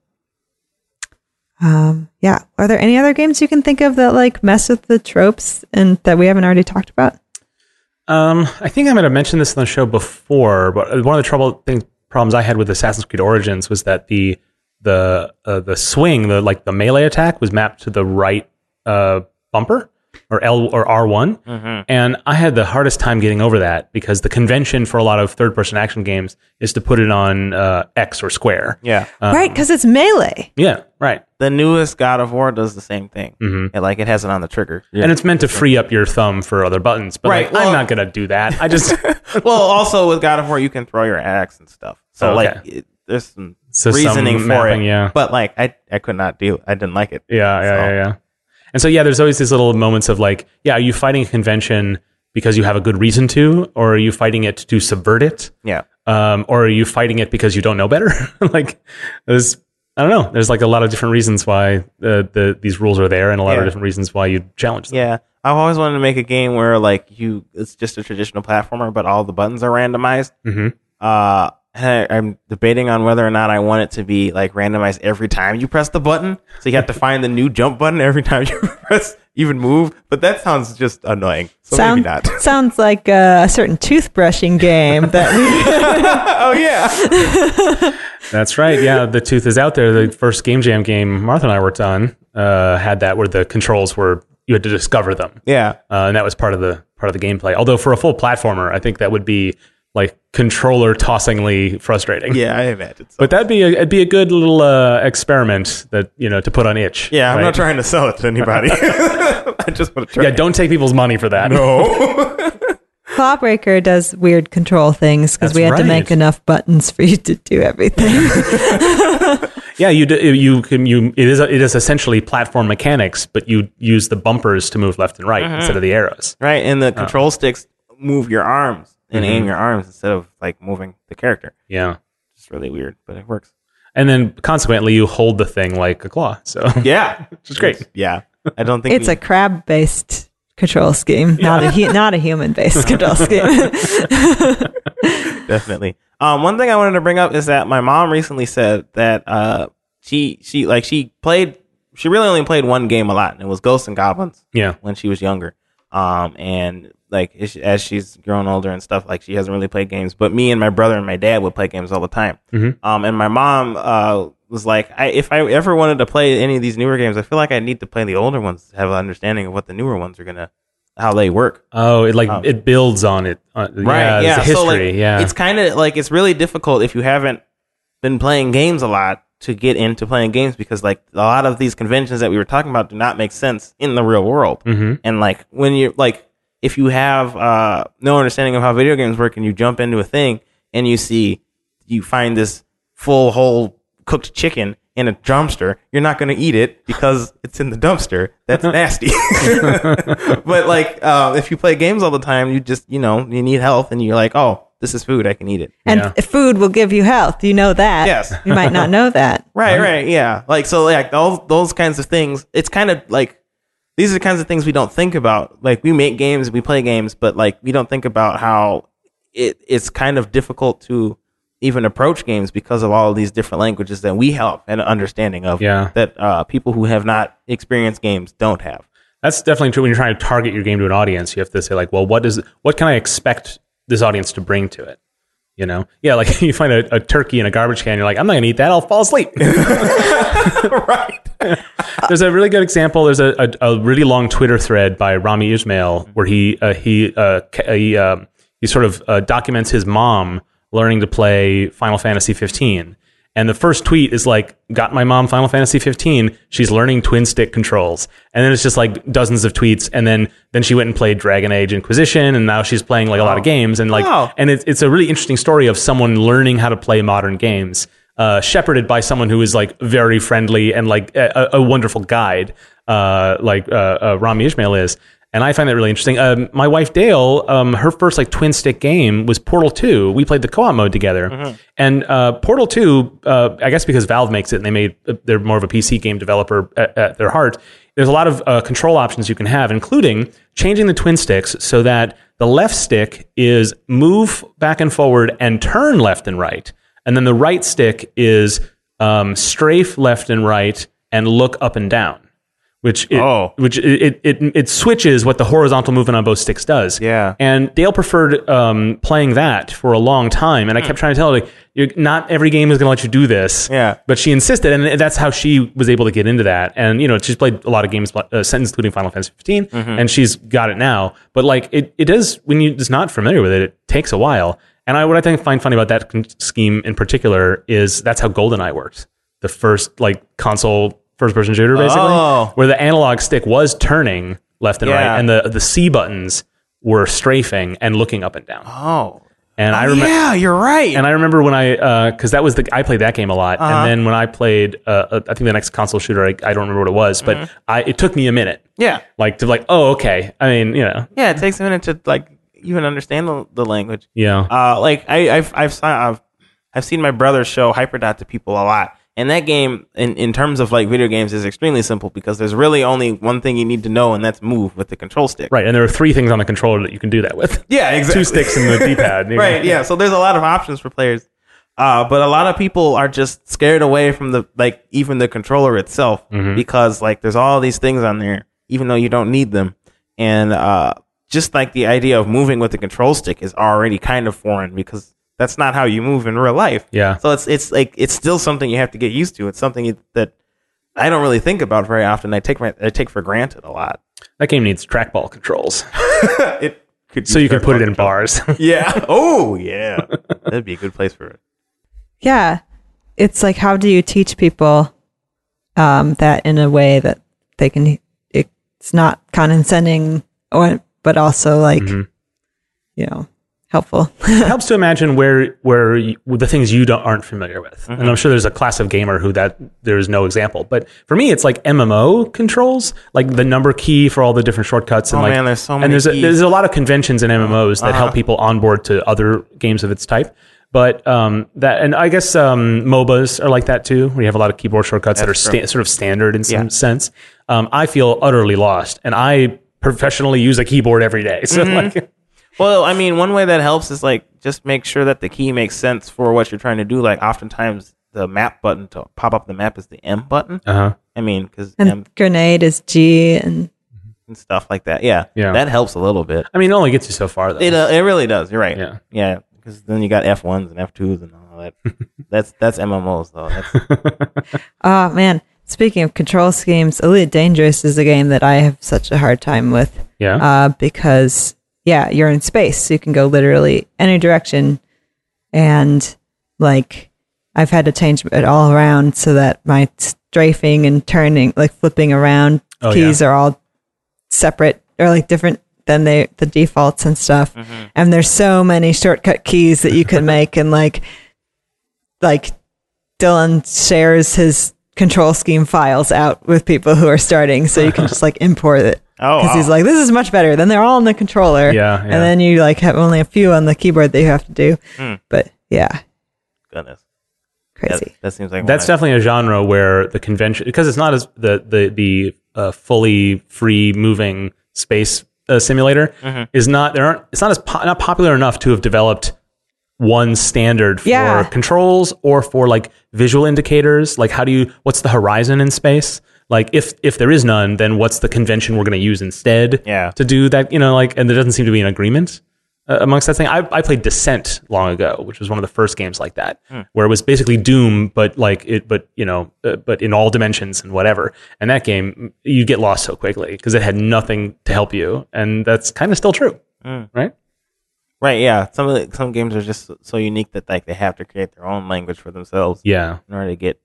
B: um, yeah. Are there any other games you can think of that like mess with the tropes and that we haven't already talked about?
C: Um, I think I might have mentioned this on the show before, but one of the trouble things problems I had with Assassin's Creed Origins was that the the uh, the swing, the like the melee attack, was mapped to the right uh, bumper or L or R one,
A: Mm-hmm.
C: and I had the hardest time getting over that because the convention for a lot of third person action games is to put it on uh, X or square.
A: Yeah.
B: Right, 'cause right, because it's melee.
C: Yeah, right.
A: the newest God of War does the same thing.
C: Mm-hmm.
A: It, like it has it on the trigger.
C: And it's meant to free up your thumb for other buttons, but
A: Right,
C: like,
A: well-
C: I'm not gonna do that. I just
A: well, also with God of War, you can throw your axe and stuff. So
C: Oh,
A: like,
C: okay.
A: it, there's some
C: So some
A: reasoning for
C: mapping,
A: it.
C: yeah.
A: But like, I I could not do. I didn't like it.
C: Yeah, yeah,
A: So-
C: yeah, yeah. And so yeah, there's always these little moments of like, yeah, are you fighting a convention because you have a good reason to, or are you fighting it to subvert it,
A: Yeah.
C: um, or are you fighting it because you don't know better? like, there's I don't know. There's like a lot of different reasons why uh, the these rules are there, and a lot
A: Yeah.
C: of different reasons why you challenge them.
A: Yeah. I've always wanted to make a game where like you, it's just a traditional platformer, but all the buttons are randomized.
C: Mhm.
A: Uh, and I, I'm debating on whether or not I want it to be like randomized every time you press the button. So you have to find the new jump button every time you press, even move. But that sounds just annoying. So
B: Sound-
A: maybe not.
B: sounds like uh, a certain toothbrushing game that we.
A: oh yeah.
C: That's right. Yeah, the tooth is out there. The first game jam game Martha and I worked on uh, had that where the controls were you had to discover them.
A: Yeah.
C: uh, and that was part of the part of the gameplay. Although for a full platformer, I think that would be like controller tossingly frustrating.
A: Yeah, I imagine so.
C: But that'd be a, it'd be a good little uh, experiment that you know to put on itch.
A: yeah, I'm
C: right?
A: not trying to sell it to anybody. I just want to try.
C: Yeah, don't take people's money for that.
A: no.
B: Clawbreaker does weird control things because
C: That's
B: we had to
C: right.
B: make enough buttons for you to do everything.
C: Yeah, you do, you can you it is it is essentially platform mechanics, but you use the bumpers to move left and right instead of the arrows.
A: right, and the control sticks move your arms and aim your arms instead of like moving the character.
C: Yeah.
A: It's really weird, but it works.
C: And then consequently, you hold the thing like a claw. So
A: Yeah,
C: Which is great.
A: Yeah, I don't think
B: It's
A: we-
B: a crab based control scheme, not a hu- not a human based control scheme.
A: definitely. Um, one thing I wanted to bring up is that my mom recently said that uh, she she like she played she really only played one game a lot, and it was Ghosts and Goblins
C: Yeah.
A: when she was younger. Um, and like as she- as she's grown older and stuff, like she hasn't really played games. But me and my brother and my dad would play games all the time. Um, and my mom uh, was like, I, if I ever wanted to play any of these newer games, I feel like I need to play the older ones to have an understanding of what the newer ones are gonna how they work.
C: Oh, it like it builds on it. Uh, Yeah.
A: Right. Yeah.
C: It's a history.
A: So, like,
C: yeah.
A: It's kind of like it's really difficult if you haven't been playing games a lot to get into playing games because like a lot of these conventions that we were talking about do not make sense in the real world.
C: Mhm.
A: And like when you're like if you have uh, no understanding of how video games work and you jump into a thing and you see you find this full whole cooked chicken in a dumpster, you're not going to eat it because it's in the dumpster. That's nasty. but like uh, if you play games all the time, you just you know you need health and you're like, oh, this is food, I can eat it.
B: and
C: Yeah.
B: f- food will give you health. You know that.
A: Yes.
B: You might not know that.
A: Right, right, yeah. Like so, like all those kinds of things. It's kind of like these are the kinds of things we don't think about. Like we make games, we play games, but like we don't think about how it it's kind of difficult to even approach games because of all these different languages that we have and understanding of
C: Yeah.
A: that uh, people who have not experienced games don't have.
C: That's definitely true. When you're trying to target your game to an audience, you have to say like, well, what is what can I expect this audience to bring to it? You know, yeah, like you find a, a turkey in a garbage can, you're like, I'm not gonna eat that. I'll fall asleep.
A: right.
C: There's a really good example. There's a, a, a really long Twitter thread by Rami Ismail where he uh, he uh, ca- he, um he sort of uh, documents his mom learning to play Final Fantasy 15. And the first tweet is like, "Got my mom Final Fantasy 15. She's learning twin stick controls." And then it's just like dozens of tweets. And then then she went and played Dragon Age Inquisition, and now she's playing like a lot of games. And like,
A: Wow.
C: and it's it's a really interesting story of someone learning how to play modern games, uh, shepherded by someone who is like very friendly and like a, a a wonderful guide, uh, like uh, uh, Rami Ishmael is. And I find that really interesting. Um, my wife Dale, um, her first like twin stick game was Portal Two. We played the co-op mode together, and uh, Portal Two, uh, I guess because Valve makes it and they made uh, they're more of a PC game developer at, at their heart. There's a lot of uh, control options you can have, including changing the twin sticks so that the left stick is move back and forward and turn left and right. And then the right stick is um, strafe left and right and look up and down, which it,
A: Oh.
C: which it, it, it, it switches what the horizontal movement on both sticks does.
A: Yeah.
C: And Dale preferred um, playing that for a long time.
A: Hmm.
C: And I kept trying to tell her, like, you're, not every game is going to let you do this.
A: Yeah.
C: But she insisted, and that's how she was able to get into that. And you know, she's played a lot of games, uh, since, including Final Fantasy 15,
A: Mm-hmm.
C: and she's got it now. But like, it it does when you just not familiar with it, it takes a while. And I, what I think find funny about that con- scheme in particular is that's how GoldenEye worked, the first like console first person shooter, basically,
A: Oh.
C: where the analog stick was turning left and
A: Yeah.
C: right, and the the C buttons were strafing and looking up and down.
A: Oh.
C: And I remember.
A: yeah, you're right.
C: And I remember when I, because that was the I played that game a lot,
A: Uh-huh.
C: and then when I played, uh, uh, I think the next console shooter, I, I don't remember what it was, but I it took me a minute,
A: Mm-hmm. yeah.
C: like to like, oh okay, I mean, you know,
A: Yeah, it takes a minute to like even understand the, the language.
C: yeah,
A: Uh, like I, I've I've saw, I've I've seen my brother show HyperDot to people a lot, and that game in in terms of like video games is extremely simple because there's really only one thing you need to know, and that's move with the control stick.
C: right. And there are three things on the controller that you can do that with.
A: Yeah, exactly.
C: Two sticks and the D pad.
A: Right. Yeah. So there's a lot of options for players, uh, but a lot of people are just scared away from the like even the controller itself
C: Mm-hmm.
A: because like there's all these things on there, even though you don't need them, and uh, just like the idea of moving with the control stick is already kind of foreign because that's not how you move in real life.
C: Yeah.
A: So it's it's like it's still something you have to get used to. It's something that I don't really think about very often. I take my, I take for granted a lot.
C: That game needs trackball controls,
A: It could
C: so
A: be
C: you can
A: very
C: put it
A: fun.
C: in bars.
A: Yeah. Oh yeah. That'd be a good place for it.
B: Yeah. It's like, how do you teach people um, that in a way that they can, it's not condescending, or, but also like,
A: Mm-hmm.
B: you know, helpful.
C: it helps to imagine where where you, the things you don't, aren't familiar with,
A: Mm-hmm.
C: and I'm sure there's a class of gamer who that there is no example. But for me, it's like MMO controls, like the number key for all the different shortcuts. And
A: Oh,
C: like,
A: man, there's so
C: And
A: many
C: there's a,
A: keys. Uh-huh.
C: there's a lot of conventions in MMOs that help people onboard to other games of its type. But um, that and I guess um, MOBAs are like that too, where you have a lot of keyboard shortcuts that are sta- sort of standard in some sense. um, I feel utterly lost, and I professionally use a keyboard every day. So
A: Mm-hmm.
C: like,
A: Well, I mean, one way that helps is like just make sure that the key makes sense for what you're trying to do. Like oftentimes the map button to pop up the map is the M button.
C: uh-huh.
A: I mean, because
B: And
A: M
B: grenade is G, and
A: and stuff like that. Yeah,
C: Yeah.
A: that helps a little bit.
C: I mean, it only gets you so far though.
A: It uh, it really does. You're right.
C: Yeah.
A: yeah, because then you got F ones and F twos and all that. that's that's MMOs though. That's,
B: oh man. Speaking of control schemes, Elite Dangerous is a game that I have such a hard time with.
C: yeah.
B: uh, because yeah, you're in space, so you can go literally any direction, and like I've had to change it all around so that my strafing and turning, like flipping around,
C: Oh,
B: keys are all separate or like different than they the defaults and stuff.
C: Mm-hmm.
B: And there's so many shortcut keys that you can make, and like like Dylan shares his control scheme files out with people who are starting so you can just like import it
A: oh,
B: because
A: wow.
B: he's like, this is much better. Then they're all on the controller.
C: Yeah,
B: And
C: yeah. Hmm.
B: then you like have only a few on the keyboard that you have to do. But yeah,
A: goodness, that,
B: crazy.
A: that seems like
C: That's
A: one
C: definitely a genre where the convention because it's not as the the the uh, fully free moving space uh, simulator is not there aren't it's not as po- not popular enough to have developed one standard for
B: Yeah.
C: controls or for like visual indicators like how do you what's the horizon in space like if if there is none then what's the convention we're going to use instead
A: Yeah.
C: to do that you know like and there doesn't seem to be an agreement uh, amongst that thing. I, I played Descent long ago, which was one of the first games like that, where it was basically Doom, but like it, but you know, uh, but in all dimensions and whatever. And that game, you get lost so quickly because it had nothing to help you, and that's kind of still true, right?
A: right. Yeah, some of the, some games are just so unique that like they have to create their own language for themselves
C: Yeah,
A: in order to get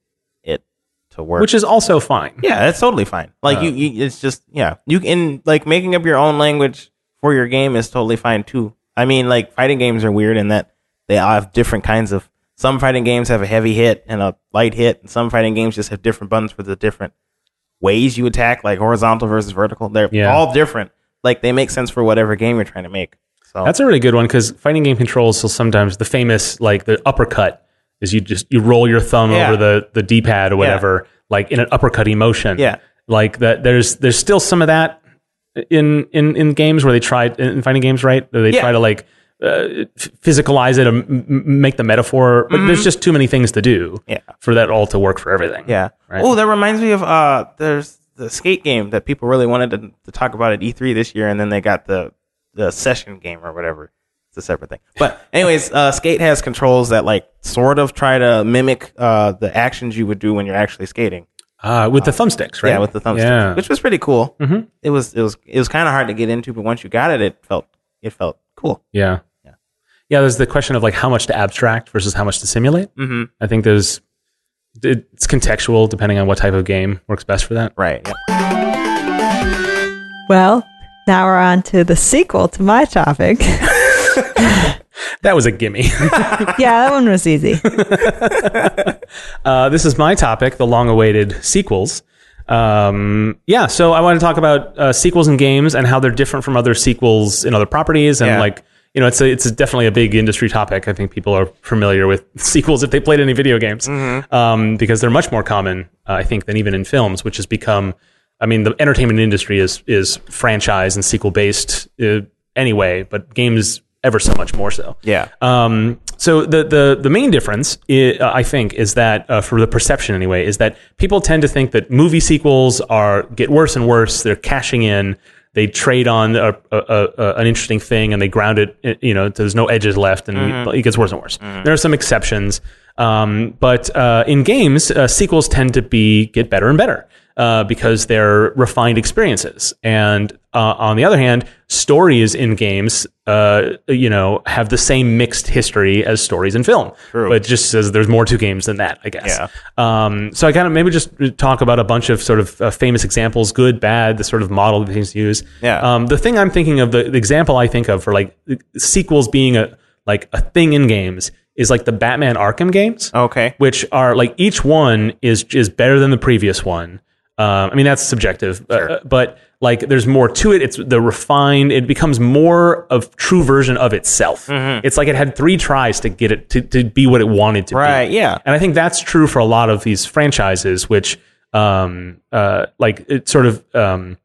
A: it to work.
C: which is also fine.
A: Yeah, that's totally fine. Like you, you, it's just yeah. You can like making up your own language for your game is totally fine too. I mean, like fighting games are weird in that they all have different kinds of. Some fighting games have a heavy hit and a light hit, and some fighting games just have different buttons for the different ways you attack, like horizontal versus vertical. They're
C: Yeah.
A: all different. Like they make sense for whatever game you're trying to make. So
C: That's a really good one because fighting game controls. So sometimes the famous like the uppercut is you just you roll your thumb
A: Yeah.
C: over the the D pad or whatever, like in an uppercutty motion.
A: Yeah.
C: like that. There's there's still some of that in in in games where they try in fighting games, right? Where they
A: Yeah.
C: try to like uh, f- physicalize it and m- m- make the metaphor, but there's just too many things to do
A: Mm-hmm. Yeah.
C: for that all to work for everything.
A: Yeah.
C: Right.
A: Oh, that reminds me of uh, there's the skate game that people really wanted to, to talk about at E3 this year, and then they got the the session game or whatever. It's a separate thing. But anyways, uh, skate has controls that like sort of try to mimic uh, the actions you would do when you're actually skating.
C: uh, with the thumbsticks, right?
A: Yeah, with the thumbstick,
C: Yeah.
A: which was pretty cool. Mm-hmm. It was it was it was kind of hard to get into, but once you got it, it felt it felt cool.
C: Yeah. Yeah. Yeah. There's the question of like how much to abstract versus how much to simulate. Mm-hmm. I think there's, it's contextual depending on what type of game works best for that.
A: Right. Yeah.
B: well, now we're on to the sequel to my topic. yeah,
C: That was a gimme.
B: that one was easy.
C: uh, this is my topic, the long awaited sequels. Um, yeah. So I want to talk about uh, sequels in games and how they're different from other sequels in other properties and
A: Yeah.
C: like, you know, it's a, it's definitely a big industry topic. I think people are familiar with sequels if they played any video games, um, because they're much more common, uh, I think, than even in films, which has become. I mean, the entertainment industry is is franchise and sequel based uh, anyway, but games ever so much more so.
A: Yeah.
C: Um, so the the the main difference, i uh, I think, is that uh, for the perception anyway, is that people tend to think that movie sequels are get worse and worse. They're cashing in. They trade on a, a, a, a- an interesting thing and they ground it. i- You know, there's no edges left, and it gets worse and worse. There are some exceptions, um, but uh, in games, uh, sequels tend to be get better and better uh, because they're refined experiences. And uh, on the other hand, stories in games, uh, you know, have the same mixed history as stories in film. But it just says there's more to games than that, I guess.
A: Yeah.
C: Um, so I kind of maybe just talk about a bunch of sort of uh, famous examples, good, bad, the sort of model that things use.
A: Yeah.
C: Um, the thing I'm thinking of, the, the example I think of for like sequels being a like a thing in games is like the Batman Arkham games
A: Okay.
C: which are like each one is is better than the previous one. Um, I mean that's subjective, uh, but like there's more to it. It's the refined. It becomes more of true version of itself.
A: Mm-hmm.
C: It's like it had three tries to get it to, to be what it wanted to be.
A: Right, yeah.
C: And I think that's true for a lot of these franchises, which um, uh, like it's sort of um,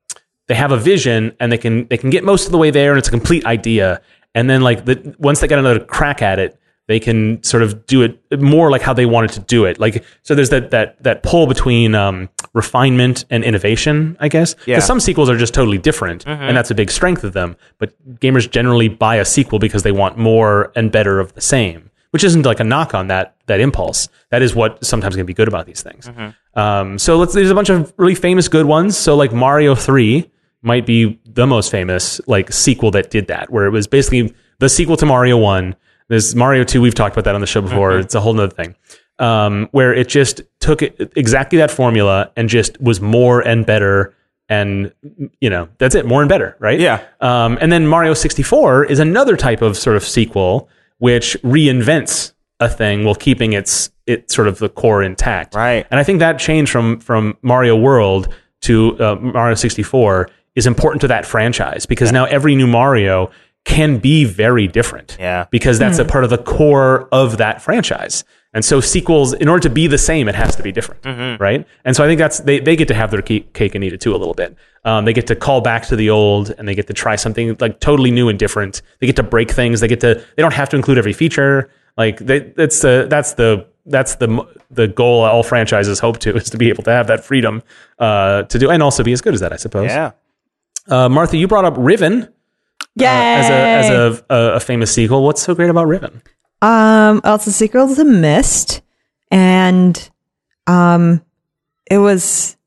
C: they have a vision and they can they can get most of the way there and it's a complete idea and then like the, once they get another crack at it they can sort of do it more like how they wanted to do it like so there's that that that pull between um, refinement and innovation i guess because
A: Yeah.
C: some sequels are just totally different and that's a big strength of them but gamers generally buy a sequel because they want more and better of the same which isn't like a knock on that that impulse that is what sometimes can be good about these things um, so let's, there's a bunch of really famous good ones. So like Mario 3 might be the most famous like sequel that did that, where it was basically the sequel to Mario 1. There's Mario 2. We've talked about that on the show before. It's a whole nother thing. Um, where it just took it- exactly that formula and just was more and better. And you know, that's it. More and better, right?
A: Yeah.
C: Um, and then Mario 64 is another type of sort of sequel which reinvents a thing while keeping its it sort of the core intact.
A: Right.
C: And I think that change from from Mario World to uh, Mario 64 is important to that franchise because now every new Mario can be very different.
A: Yeah.
C: Because that's a part of the core of that franchise. And so sequels, in order to be the same, it has to be different, right? And so I think that's they, they get to have their cake, cake and eat it too a little bit. Um, they get to call back to the old, and they get to try something like totally new and different. They get to break things. They get to they don't have to include every feature. Like they, that's the that's the that's the m- the goal all franchises hope to is to be able to have that freedom uh, to do and also be as good as that, I suppose.
A: Yeah.
C: Uh, Martha, you brought up Riven
B: Yay!
C: uh, as a as a, a, a famous sequel. What's so great about Riven?
B: Um, well, it's a sequel to The Mist, and um, it was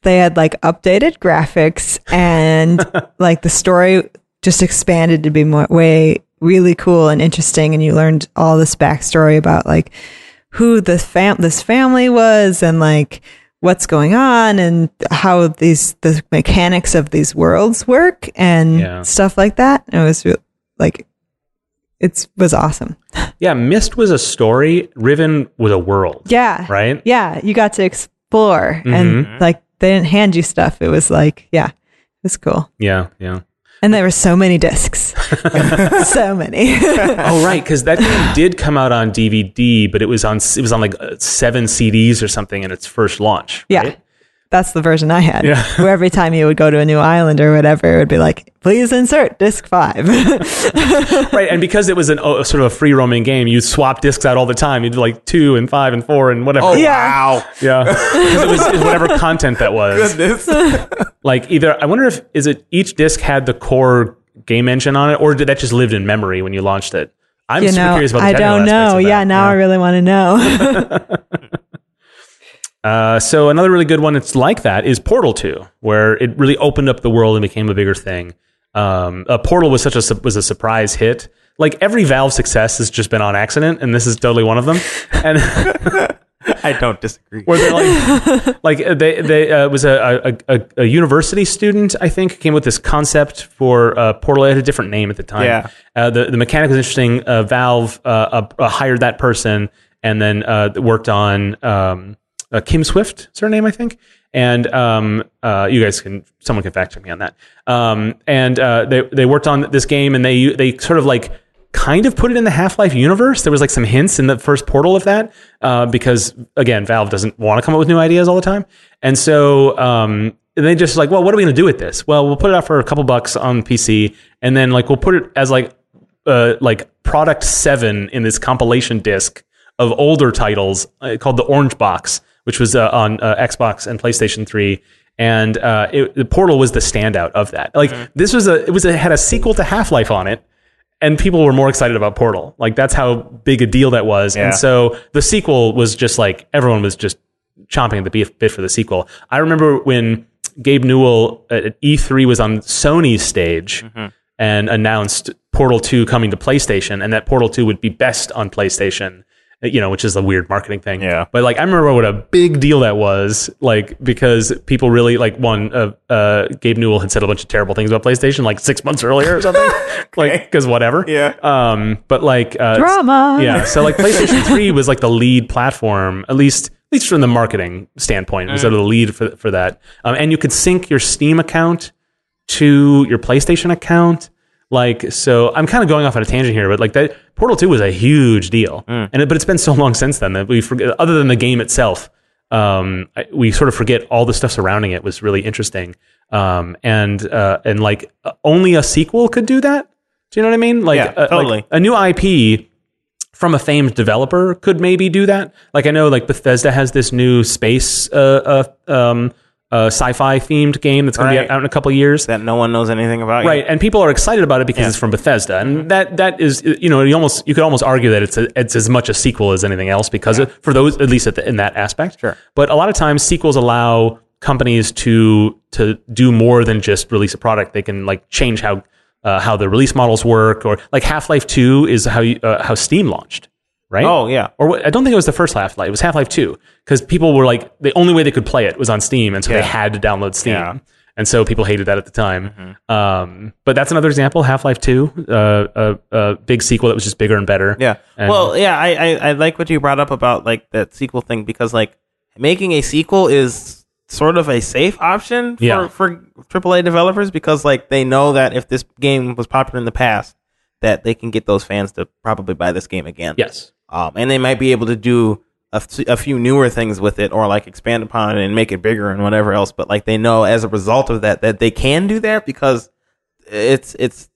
B: they had like updated graphics and like the story just expanded to be more way really cool and interesting, and you learned all this backstory about like who the fam this family was and like what's going on and how these the mechanics of these worlds work and
C: Yeah.
B: stuff like that. And it was re- like it was awesome.
C: Yeah, Mist was a story. Riven was a world.
B: Yeah.
C: Right? Mm-hmm.
B: Yeah. You got to explore and like they didn't hand you stuff. It was like, yeah, it was cool.
C: Yeah, yeah.
B: And there were so many discs. so many.
C: Oh, right, because that game did come out on DVD, but it was on it was on like uh, seven CDs or something in its first launch.
B: yeah.
C: right?
B: That's the version I had.
C: Yeah.
B: Where every time you would go to a new island or whatever, it would be like, please insert disc five.
C: right. And because it was an, a sort of a free roaming game, you swap discs out all the time. You'd do like two and five and four and whatever.
A: Oh
B: Yeah.
A: wow.
C: yeah, because it was it was whatever content that was.
A: Goodness.
C: like either I wonder if is it each disc had the core game engine on it, or did that just lived in memory when you launched it? I'm
B: you
C: super
B: know,
C: curious about. The
B: I
C: technical
B: don't
C: aspects
B: know.
C: of that.
B: Yeah. Now I really want to know.
C: Uh, so another really good one that's like that is Portal 2, where it really opened up the world and became a bigger thing. Um, uh, Portal was such a su- was a surprise hit. Like every Valve success has just been on accident, and this is totally one of them. And
A: I don't disagree.
C: where they like like uh, they they uh, it was a, a a a university student I think came with this concept for uh, Portal. It had a different name at the time.
A: Yeah.
C: Uh, the the mechanic was interesting. Uh, Valve uh, uh, uh, hired that person and then uh, worked on um, uh, Kim Swift. Is her name I think. And um, uh, you guys can someone can fact check me on that. Um, and uh, they they worked on this game and they they sort of like kind of put it in the Half-Life universe. There was like some hints in the first Portal of that, uh, because again, Valve doesn't want to come up with new ideas all the time, and so um, and they just like, well, what are we going to do with this? Well, we'll put it out for a couple bucks on PC, and then like we'll put it as like uh, like product seven in this compilation disc of older titles uh, called the Orange Box, which was uh, on uh, Xbox and PlayStation Three. And uh, it, the Portal was the standout of that. Like this was a it was a, had a sequel to Half Life on it, and people were more excited about Portal. Like that's how big a deal that was.
A: Yeah.
C: And so the sequel was just like everyone was just chomping at the beef- bit for the sequel. I remember when Gabe Newell at E3 was on Sony's stage
A: Mm-hmm.
C: and announced Portal 2 coming to PlayStation and that Portal 2 would be best on PlayStation. You know, which is a weird marketing thing.
A: Yeah.
C: But like, I remember what a big deal that was. Like, because people really like one. Uh, uh, Gabe Newell had said a bunch of terrible things about PlayStation like six months earlier or something. Like, because whatever.
A: Yeah.
C: Um. But like, uh,
B: Drama.
C: yeah. So like PlayStation 3 was like the lead platform, at least at least from the marketing standpoint, it was sort
A: Mm.
C: of the lead for for that. Um, and you could sync your Steam account to your PlayStation account. Like so, I'm kind of going off on a tangent here, but like that
A: Mm.
C: Portal 2 was a huge deal, and it, but it's been so long since then that we forget. Other than the game itself, um, I- we sort of forget all the stuff surrounding it was really interesting. Um, and uh, and like uh, only a sequel could do that. Do you know what I mean? Like,
A: Yeah,
C: uh, like,
A: totally.
C: a new IP from a famed developer could maybe do that. Like I know like Bethesda has this new space uh, uh, um, uh, sci-fi themed game that's going to
A: Right.
C: be out in a couple of years
A: that no one knows anything about.
C: right and people are excited about it because it's from bethesda and that that is you know you almost you could almost argue that it's a, it's as much a sequel as anything else because it, for those at least at the, in that aspect
A: Sure.
C: but a lot of times sequels allow companies to to do more than just release a product they can like change how uh, how the release models work or like half-life 2 is how you uh, how steam launched right
A: Oh, yeah.
C: or what, I don't think it was the first Half Life. It was Half Life Two because people were like the only way they could play it was on Steam, and so
A: Yeah.
C: they had to download Steam,
A: Yeah. Mm-hmm.
C: and so people hated that at the time. Um, but that's another example. Half Life Two, uh, a uh, big sequel that was just bigger and better.
A: Yeah.
C: And-
A: well, yeah, I, I, I like what you brought up about like that sequel thing because like making a sequel is sort of a safe option for,
C: Yeah.
A: for AAA developers because like they know that if this game was popular in the past, that they can get those fans to probably buy this game again.
C: yes,
A: Um, and they might be able to do a, f- a few newer things with it or like expand upon it and make it bigger and whatever else. But like they know as a result of that that they can do that because it's it's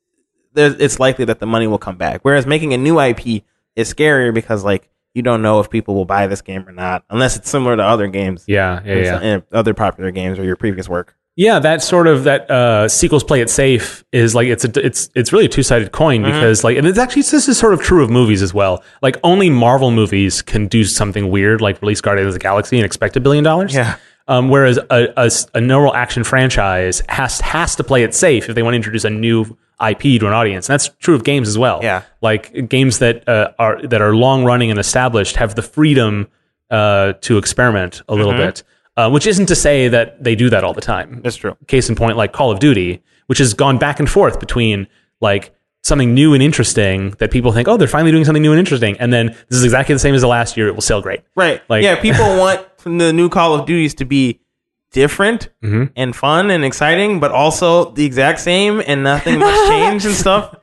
A: there's, it's likely that the money will come back. Whereas making a new IP is scarier because like you don't know if people will buy this game or not unless it's similar to other games,
C: yeah, yeah,
A: and
C: yeah.
A: so- and other popular games or your previous work.
C: Yeah, that sort of that uh, sequels play it safe is like it's a, it's it's really a two sided coin
A: Mm-hmm.
C: because like and it's actually this is sort of true of movies as well. Like only Marvel movies can do something weird like release Guardians of the Galaxy and expect a billion dollars.
A: Yeah.
C: Um, whereas a, a s- a normal action franchise has has to play it safe if they want to introduce a new IP to an audience, and that's true of games as well.
A: Yeah.
C: Like games that uh, are that are long running and established have the freedom uh, to experiment a little bit, uh, which isn't to say that they do that all the time
A: Mm-hmm. That's true.
C: case in point like Call of Duty, which has gone back and forth between like something new and interesting that people think, oh, they're finally doing something new and interesting, and then this is exactly the same as the last year. It will sell great.
A: Right.
C: Like-
A: yeah, people want the new Call of Duties to be different
C: Mm-hmm.
A: and fun and exciting, but also the exact same and nothing much changed and stuff.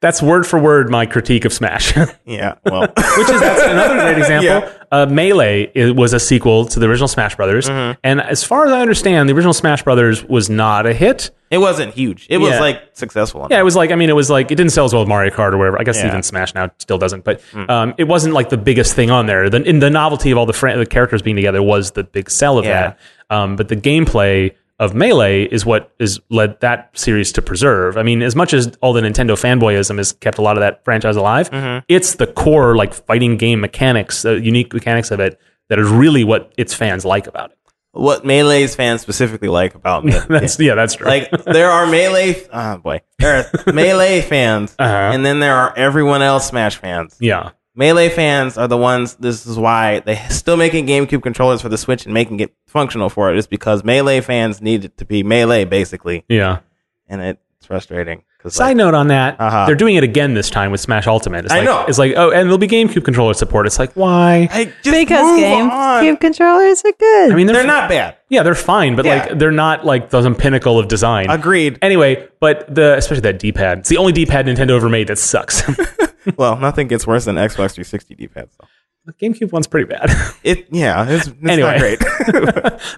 C: That's word for word my critique of Smash, which
A: Yeah. Well,
C: is that's another great example.
A: Yeah.
C: Uh, Melee it was a sequel to the original Smash Brothers, and as far as I understand, the original Smash Brothers was not a hit.
A: it wasn't huge. It was
C: Yeah.
A: like successful.
C: Yeah, it was like I mean, it was like it didn't sell as well as Mario Kart or whatever. I guess
A: Yeah. Hmm.
C: even Smash now still doesn't, but um, it wasn't like the biggest thing on there. The, in the novelty of all the fran- the characters being together was the big sell of
A: Yeah.
C: that. Um, but the gameplay of Melee is what is led that series to preserve. I mean, as much as all the Nintendo fanboyism has kept a lot of that franchise alive,
A: Mm-hmm.
C: it's the core like fighting game mechanics, the unique mechanics of it that is really what its fans like about it.
A: What Melee's fans specifically like about me.
C: That's yeah, that's true.
A: like there are melee oh boy there are melee fans
C: Uh-huh.
A: and then there are everyone else smash fans
C: yeah.
A: melee fans are the ones this is why they still making gamecube controllers for the switch and making it functional for it is because melee fans need it to be melee basically
C: Yeah.
A: and it's frustrating because
C: Side note on that,
A: Uh-huh.
C: they're doing it again this time with Smash Ultimate. It's
A: I
C: like,
A: know.
C: It's like, oh, and there'll be GameCube controller support. It's like, why?
A: I just
B: because
A: move on.
B: GameCube controllers are good.
C: I mean,
A: they're not bad
C: Yeah, they're fine, but
A: Yeah.
C: like, they're not like the pinnacle of design.
A: agreed
C: Anyway, but the especially that D-pad. It's the only D-pad Nintendo ever made that sucks.
A: well nothing gets worse than xbox 360 d-pad so.
C: GameCube one's pretty bad.
A: it yeah it's, it's
C: Anyway.
A: not great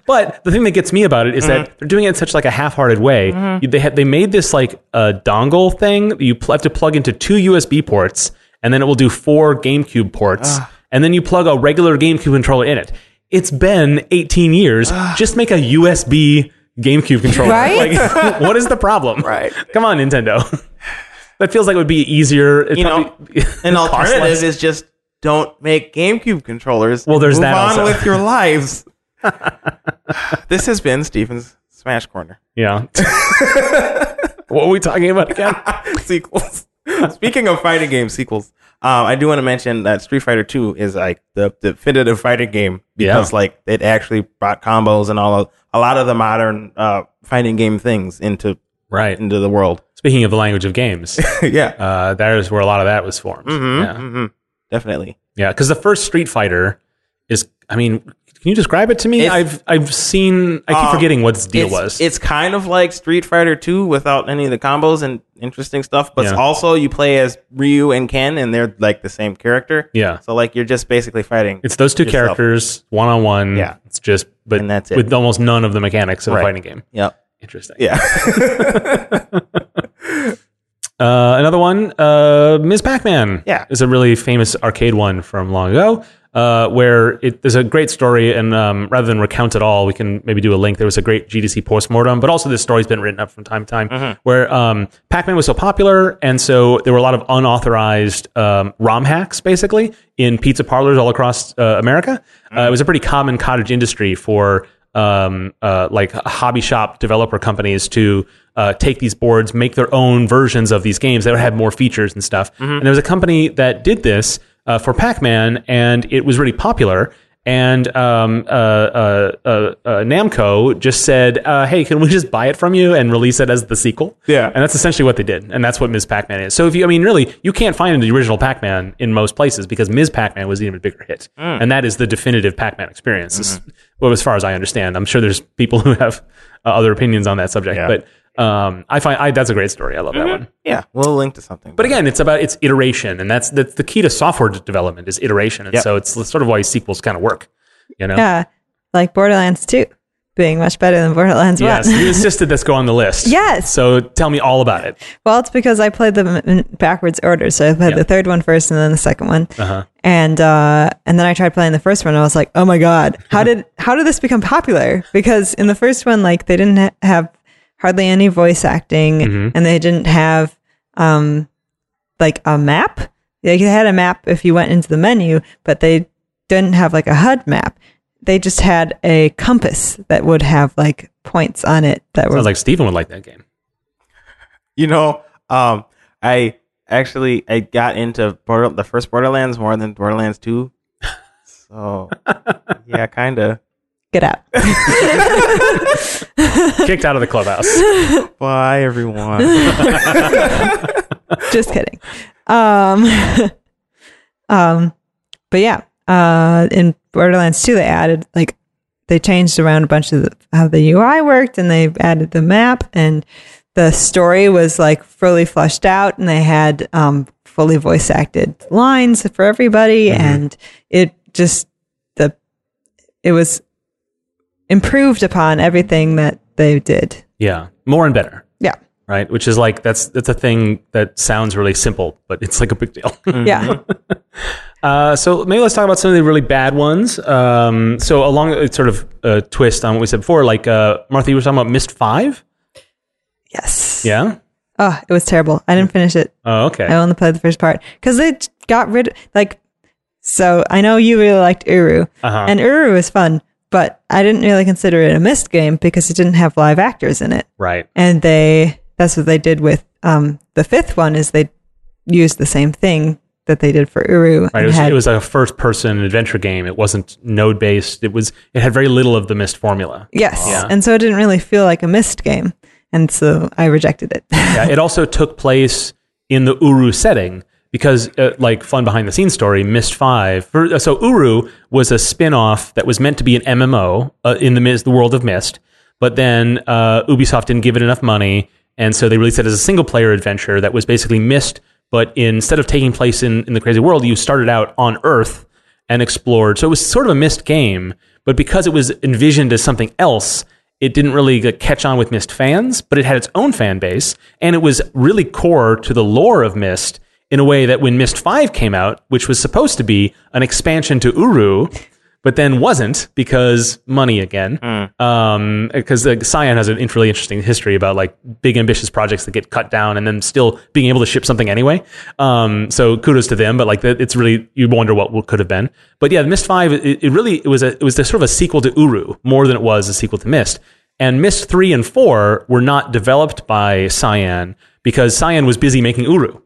C: but the thing that gets me about it is
A: Mm-hmm.
C: that they're doing it in such like a half-hearted way. You- They had they made this like uh, dongle thing that you pl- have to plug into two USB ports, and then it will do four GameCube ports,
A: Ah.
C: and then you plug a regular GameCube controller in it. It's been 18 years.
A: Ah.
C: Just make a USB GameCube controller.
B: Right?
C: Like, what is the problem?
A: Right.
C: Come on, Nintendo. that feels like it would be easier. It
A: You know, An
C: costs less.
A: alternative is just don't make GameCube controllers.
C: Well, there's
A: Move
C: that
A: on
C: also.
A: with your lives. this has been Steven's Smash Corner
C: yeah. what were we talking about again?
A: sequels. Speaking of fighting game sequels, um, I do want to mention that Street Fighter Two is like the definitive fighting game
C: Yeah.
A: because like it actually brought combos and all of, a lot of the modern uh, fighting game things into
C: Right.
A: into the world.
C: Speaking of the language of games.
A: yeah,
C: uh, that is where a lot of that was formed.
A: Mhm,
C: Yeah,
A: mhm. definitely.
C: yeah, because the first Street Fighter is, I mean, Can you describe it to me?
A: It's-
C: I've I've seen. I keep
A: Um,
C: forgetting what the deal
A: it's,
C: was.
A: It's kind of like Street Fighter 2 without any of the combos and interesting stuff, but
C: Yeah.
A: also you play as Ryu and Ken, and they're like the same character.
C: Yeah.
A: So like you're just basically fighting.
C: it's those two
A: yourself.
C: characters one on one.
A: Yeah.
C: it's just but
A: And that's it.
C: with almost none of the mechanics of
A: Right.
C: a fighting game.
A: Yep.
C: Interesting.
A: Yeah.
C: Uh, another one, uh, Ms. Pac-Man.
A: Yeah.
C: is a really famous arcade one from long ago, uh, where it, there's a great story, and um, rather than recount it all, we can maybe do a link. There was a great GDC postmortem, but also this story's been written up from time to time,
A: Mm-hmm.
C: where um, Pac-Man was so popular, and so there were a lot of unauthorized um, ROM hacks, basically, in pizza parlors all across uh, America.
A: Mm-hmm.
C: Uh, it was a pretty common cottage industry for um, uh, like hobby shop developer companies to uh, take these boards, make their own versions of these games that would have more features and stuff. And there was a company that did this uh, for Pac-Man, and it was really popular. And um, uh, uh, uh, uh, Namco just said, uh, "Hey, can we just buy it from you and release it as the sequel?"
A: Yeah.
C: and that's essentially what they did, and that's what Ms. Pac-Man is. So if you, I mean, really, you can't find the original Pac-Man in most places because Ms. Pac-Man was an even bigger hit,
A: Mm.
C: and that is the definitive Pac-Man experience. as-
A: Mm-hmm.
C: Well, as far as I understand, I'm sure there's people who have uh, other opinions on that subject,
A: Yeah. Mm-hmm.
C: but um, I find I, that's a great story. I love that one.
A: yeah. We'll link to something.
C: But again, it's about it's iteration, and that's that's the key to software d- development is iteration, and
A: Yep.
C: so it's sort of why sequels kind of work. You know,
B: Yeah, like Borderlands 2 being much better than Borderlands
C: yes,
B: 1.
C: you insisted this go on the list.
B: Yes.
C: So tell me all about it.
B: well, it's because I played them in backwards order. So I played
C: Yeah. Uh-huh.
B: the third one first and then the second one. And uh, and then I tried playing the first one and I was like, "Oh my god. How did how did this become popular?" Because in the first one like they didn't ha- have hardly any voice acting
C: Mm-hmm.
B: and they didn't have um like a map. Like they had a map if you went into the menu, but they didn't have like a HUD map. They just had a compass that would have like points on it that were
C: Sounds like Steven would like that game.
A: you know, um, I actually I got into Border, the first Borderlands more than Borderlands 2. So yeah, kind of.
B: get out.
C: Kicked out of the clubhouse.
A: Bye everyone.
B: just kidding um um but yeah uh in borderlands 2 they added like they changed around a bunch of the, how the ui worked and they added the map and the story was like fully fleshed out and they had um fully voice acted lines for everybody and it just the it was improved upon everything that they did
C: Yeah, more and better,
B: yeah
C: right? Which is like that's that's a thing that sounds really simple, but it's like a big deal.
B: yeah
C: Uh, so maybe let's talk about some of the really bad ones. Um, so along it's sort of a twist on what we said before, like uh, Martha, you were talking about Mist Five.
B: yes
C: Yeah.
B: oh it was terrible i didn't finish it
C: Oh, okay.
B: I only played the first part because they t- got rid like. So I know you really liked Uru,
C: Uh-huh.
B: and Uru is fun, but I didn't really consider it a missed game because it didn't have live actors in it,
C: right.
B: and they that's what they did with um the fifth one is they used the same thing that they did for Uru
C: Right.
B: and
C: It was,
B: had
C: it was a first-person adventure game. It wasn't node-based. It was. It had very little of the Mist formula.
B: yes,
C: Yeah.
B: and so it didn't really feel like a missed game, and so I rejected it.
C: yeah, it also took place in the Uru setting because, uh, like, fun behind the scenes story, Mist 5. For, uh, so, Uru was a spin off that was meant to be an MMO uh, in the, Mist- the world of Mist, but then uh, Ubisoft didn't give it enough money. And so they released it as a single player adventure that was basically Mist, but instead of taking place in, in the crazy world, you started out on Earth and explored. So it was sort of a missed game, but because it was envisioned as something else, it didn't really like, catch on with Myst fans, but it had its own fan base, and it was really core to the lore of Myst in a way that when Myst 5 came out, which was supposed to be an expansion to Uru, but then wasn't because money again. Um, because like, Cyan has an int- really interesting history about like big ambitious projects that get cut down and then still being able to ship something anyway. Um, so kudos to them, but like that- it's really you wonder what would- could have been. But yeah, Mist Five, it, it really it was a it was the sort of a sequel to Uru more than it was a sequel to Mist. And Mist Three and Four were not developed by Cyan because Cyan was busy making Uru.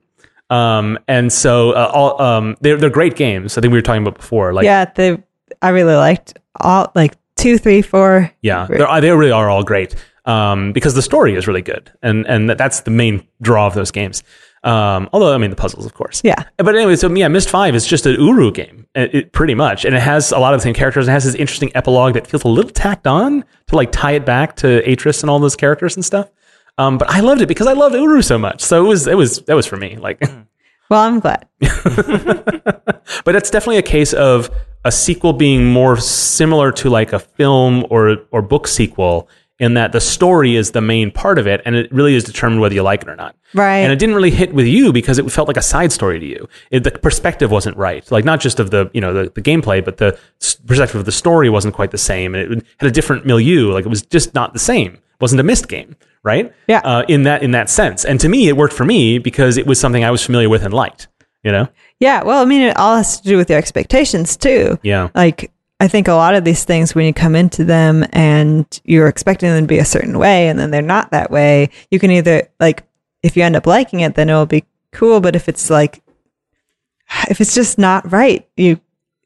C: Um, and so uh, all um, they're they're great games. I think we were talking about before, like
B: yeah, they I really liked all like two, three, four.
C: yeah, they're, uh, they really are all great um, because the story is really good, and and that's the main draw of those games. Um, although, I mean, the puzzles, of course.
B: Yeah.
C: But anyway, so yeah, Myst 5 is just an Uru game, it, it- pretty much. And it has a lot of the same characters. and It has this interesting epilogue that feels a little tacked on to like tie it back to Atris and all those characters and stuff. Um, but I loved it because I loved Uru so much. So it was, it was, that was for me. Like,
B: Well, I'm glad.
C: but it's definitely a case of a sequel being more similar to like a film or or book sequel in that the story is the main part of it and it really is determined whether you like it or not
B: Right.
C: and it didn't really hit with you because it felt like a side story to you it, the perspective wasn't right like not just of the you know the, the gameplay but the s- perspective of the story wasn't quite the same and it had a different milieu like it was just not the same it wasn't a missed game right
B: Yeah.
C: uh, in that in that sense and to me it worked for me because it was something i was familiar with and liked you know
B: Yeah, well, I mean, it all has to do with your expectations too.
C: Yeah.
B: Like, I think a lot of these things, when you come into them and you're expecting them to be a certain way and then they're not that way, you can either, like, if you end up liking it, then it'll be cool. But if it's like, if it's just not right, you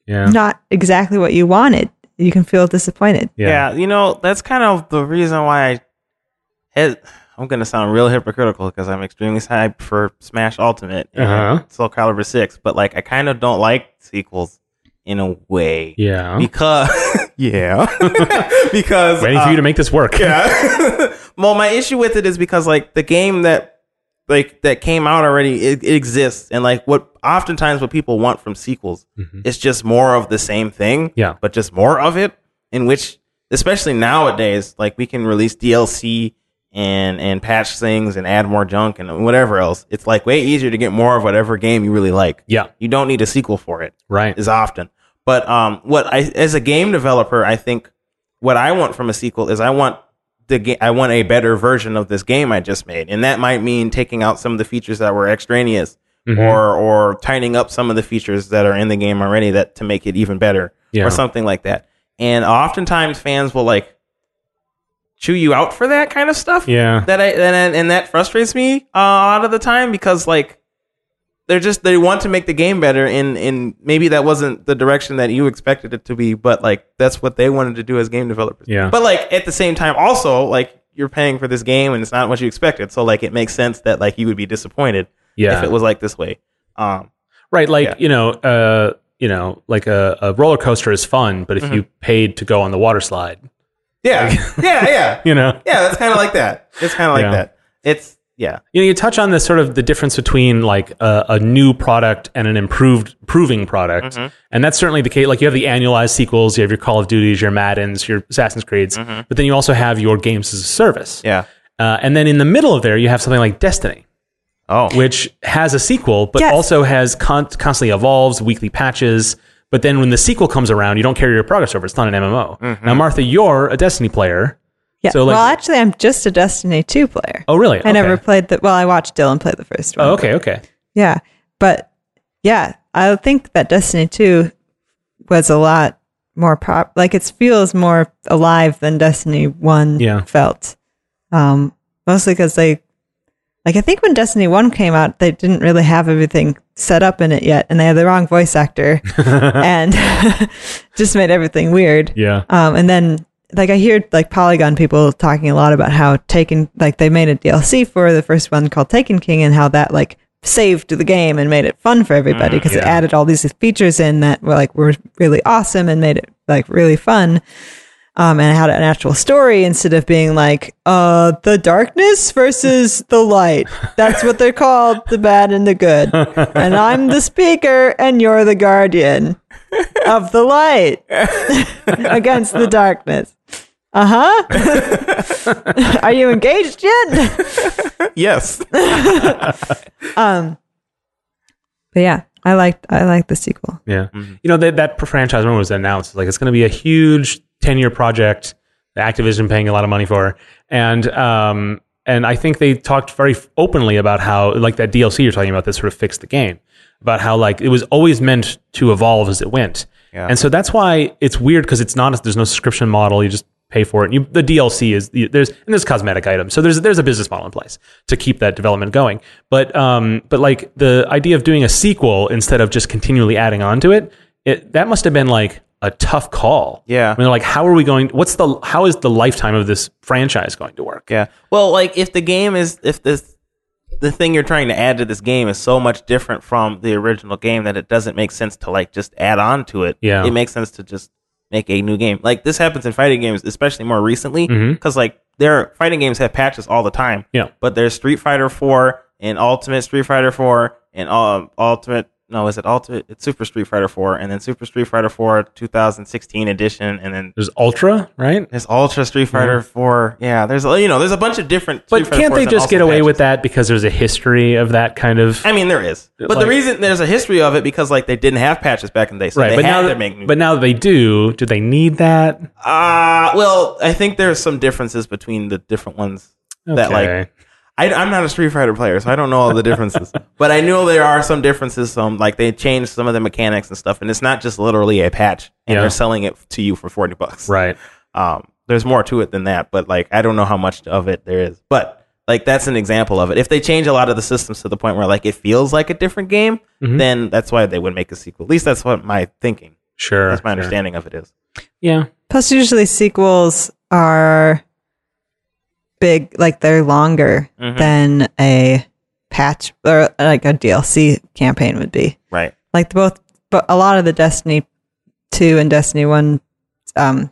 C: yeah
B: not exactly what you wanted, you can feel disappointed.
A: Yeah. you know, that's kind of the reason why I. His, I'm going to sound real hypocritical because I'm extremely hyped for Smash Ultimate and
C: Uh-huh.
A: Soul Calibur 6, but like I kind of don't like sequels in a way.
C: Yeah.
A: Because. yeah. because.
C: Waiting for
A: uh,
C: you to make this work.
A: yeah. well, my issue with it is because like the game that like that came out already it, it exists, and like what oftentimes what people want from sequels is just more of the same thing.
C: Mm-hmm. Yeah.
A: but just more of it. In which, especially nowadays, like we can release DLC and and patch things and add more junk and whatever else. It's like way easier to get more of whatever game you really like.
C: Yeah.
A: you don't need a sequel for it
C: Right.
A: is often. But um, what I as a game developer, I think what I want from a sequel is I want the ga- I want a better version of this game I just made, and that might mean taking out some of the features that were extraneous,
C: Mm-hmm.
A: or or tightening up some of the features that are in the game already that to make it even better,
C: Yeah.
A: or something like that. And oftentimes fans will like chew you out for that kind of stuff
C: Yeah.
A: that I and, and that frustrates me uh, a lot of the time because like they're just they want to make the game better and and maybe that wasn't the direction that you expected it to be, but like that's what they wanted to do as game developers.
C: Yeah.
A: But like at the same time, also like you're paying for this game and it's not what you expected, so like it makes sense that like you would be disappointed
C: Yeah.
A: if it was like this way. Um,
C: right. Like,
A: Yeah.
C: you know, uh, you know, like a, a roller coaster is fun, but if
A: Mm-hmm.
C: you paid to go on the water slide,
A: yeah, yeah, yeah,
C: you know,
A: yeah. That's kind of like that. It's kind of like
C: Yeah.
A: that. It's yeah,
C: you know, you touch on this sort of the difference between like a, a new product and an improved proving product,
A: Mm-hmm.
C: and that's certainly the case. Like you have the annualized sequels, you have your Call of Duties, your Maddens, your Assassin's Creeds, but then you also have your games as a service.
A: Mm-hmm. yeah.
C: Uh, and then in the middle of there, you have something like Destiny,
A: Oh,
C: which has a sequel, but
B: Yes.
C: also has con- constantly evolves, weekly patches. But then when the sequel comes around, you don't carry your progress over. It's not an MMO.
B: Mm-hmm.
C: Now, Martha, you're a Destiny player.
B: Yeah.
C: So, like-
B: well, actually, I'm just a Destiny 2 player.
C: Oh, really?
B: I never
C: Okay.
B: played the, well, I watched Dylan play the first one.
C: Oh, okay, okay.
B: Yeah. But yeah, I think that Destiny 2 was a lot more prop like it feels more alive than Destiny 1
C: Yeah.
B: felt. Um mostly cuz they like I think when Destiny 1 came out, they didn't really have everything set up in it yet and they had the wrong voice actor and just made everything weird.
C: Yeah.
B: Um, and then like I hear like Polygon people talking a lot about how Taken like they made a DLC for the first one called Taken King and how that like saved the game and made it fun for everybody because it
C: Mm, yeah.
B: added all these features in that were like were really awesome and made it like really fun. Um, and it had an actual story instead of being like, uh, the darkness versus the light. That's what they're called, the bad and the good. And I'm the speaker and you're the guardian of the light against the darkness. Uh huh. Are you engaged yet?
A: yes.
B: But yeah, I liked I liked the sequel.
C: Yeah. Mm-hmm. You know, that, that franchise when it was announced, like it's going to be a huge 10 year project, Activision paying a lot of money for. And, um, and I think they talked very openly about how, like that DLC you're talking about that sort of fixed the game, about how like it was always meant to evolve as it went.
A: Yeah.
C: And so that's why it's weird because it's not, there's no subscription model. You just pay for it. And you, the DLC is you- there's and there's cosmetic items, so there's there's a business model in place to keep that development going. But um, but like the idea of doing a sequel instead of just continually adding on to it, it that must have been like a tough call.
A: Yeah.
C: I mean, like how are we going? What's the how is the lifetime of this franchise going to work?
A: Yeah. Well, like if the game is if this the thing you're trying to add to this game is so much different from the original game that it doesn't make sense to like just add on to it.
C: Yeah.
A: It makes sense to just make a new game. Like this happens in fighting games, especially more recently,
C: Mhm.
A: because like their fighting games have patches all the time.
C: Yeah.
A: But there's Street Fighter Four and Ultimate Street Fighter Four and um, Ultimate. No, is it Ultimate? It's Super Street Fighter Four, and then Super Street Fighter Four 2016 edition, and then
C: There's Ultra, right?
A: there's Ultra Street Fighter Four. Yeah, there's you know there's a bunch of different.
C: But
A: Street Fighter
C: can't
A: 4s
C: they
A: and
C: just
A: also
C: get away
A: patches.
C: with that because there's a history of that kind of
A: I mean, there is, but the
C: Like-
A: reason there's a history of it because like they didn't have patches back in the day, so
C: right?
A: they
C: But
A: had
C: now,
A: to make. New-
C: but now that they do, do they need that?
A: uh, well, I think there's some differences between the different ones that like I, I'm not a Street Fighter player, so I don't know all the differences. but I know there are some differences. Some like they changed some of the mechanics and stuff, and it's not just literally a patch, and
C: Yeah.
A: they're selling it to you for forty bucks.
C: right?
A: Um, there's more to it than that, but like I don't know how much of it there is. But like that's an example of it. If they change a lot of the systems to the point where like it feels like a different game,
C: Mhm.
A: then that's why they would make a sequel. At least that's what my thinking.
C: Sure,
A: That's my
C: sure.
A: understanding of it is.
C: Yeah,
B: Plus, usually sequels are big, like they're longer
A: Mhm.
B: than a patch or like a DLC campaign would be.
A: Right.
B: Like the both, but a lot of the Destiny two and Destiny one, um,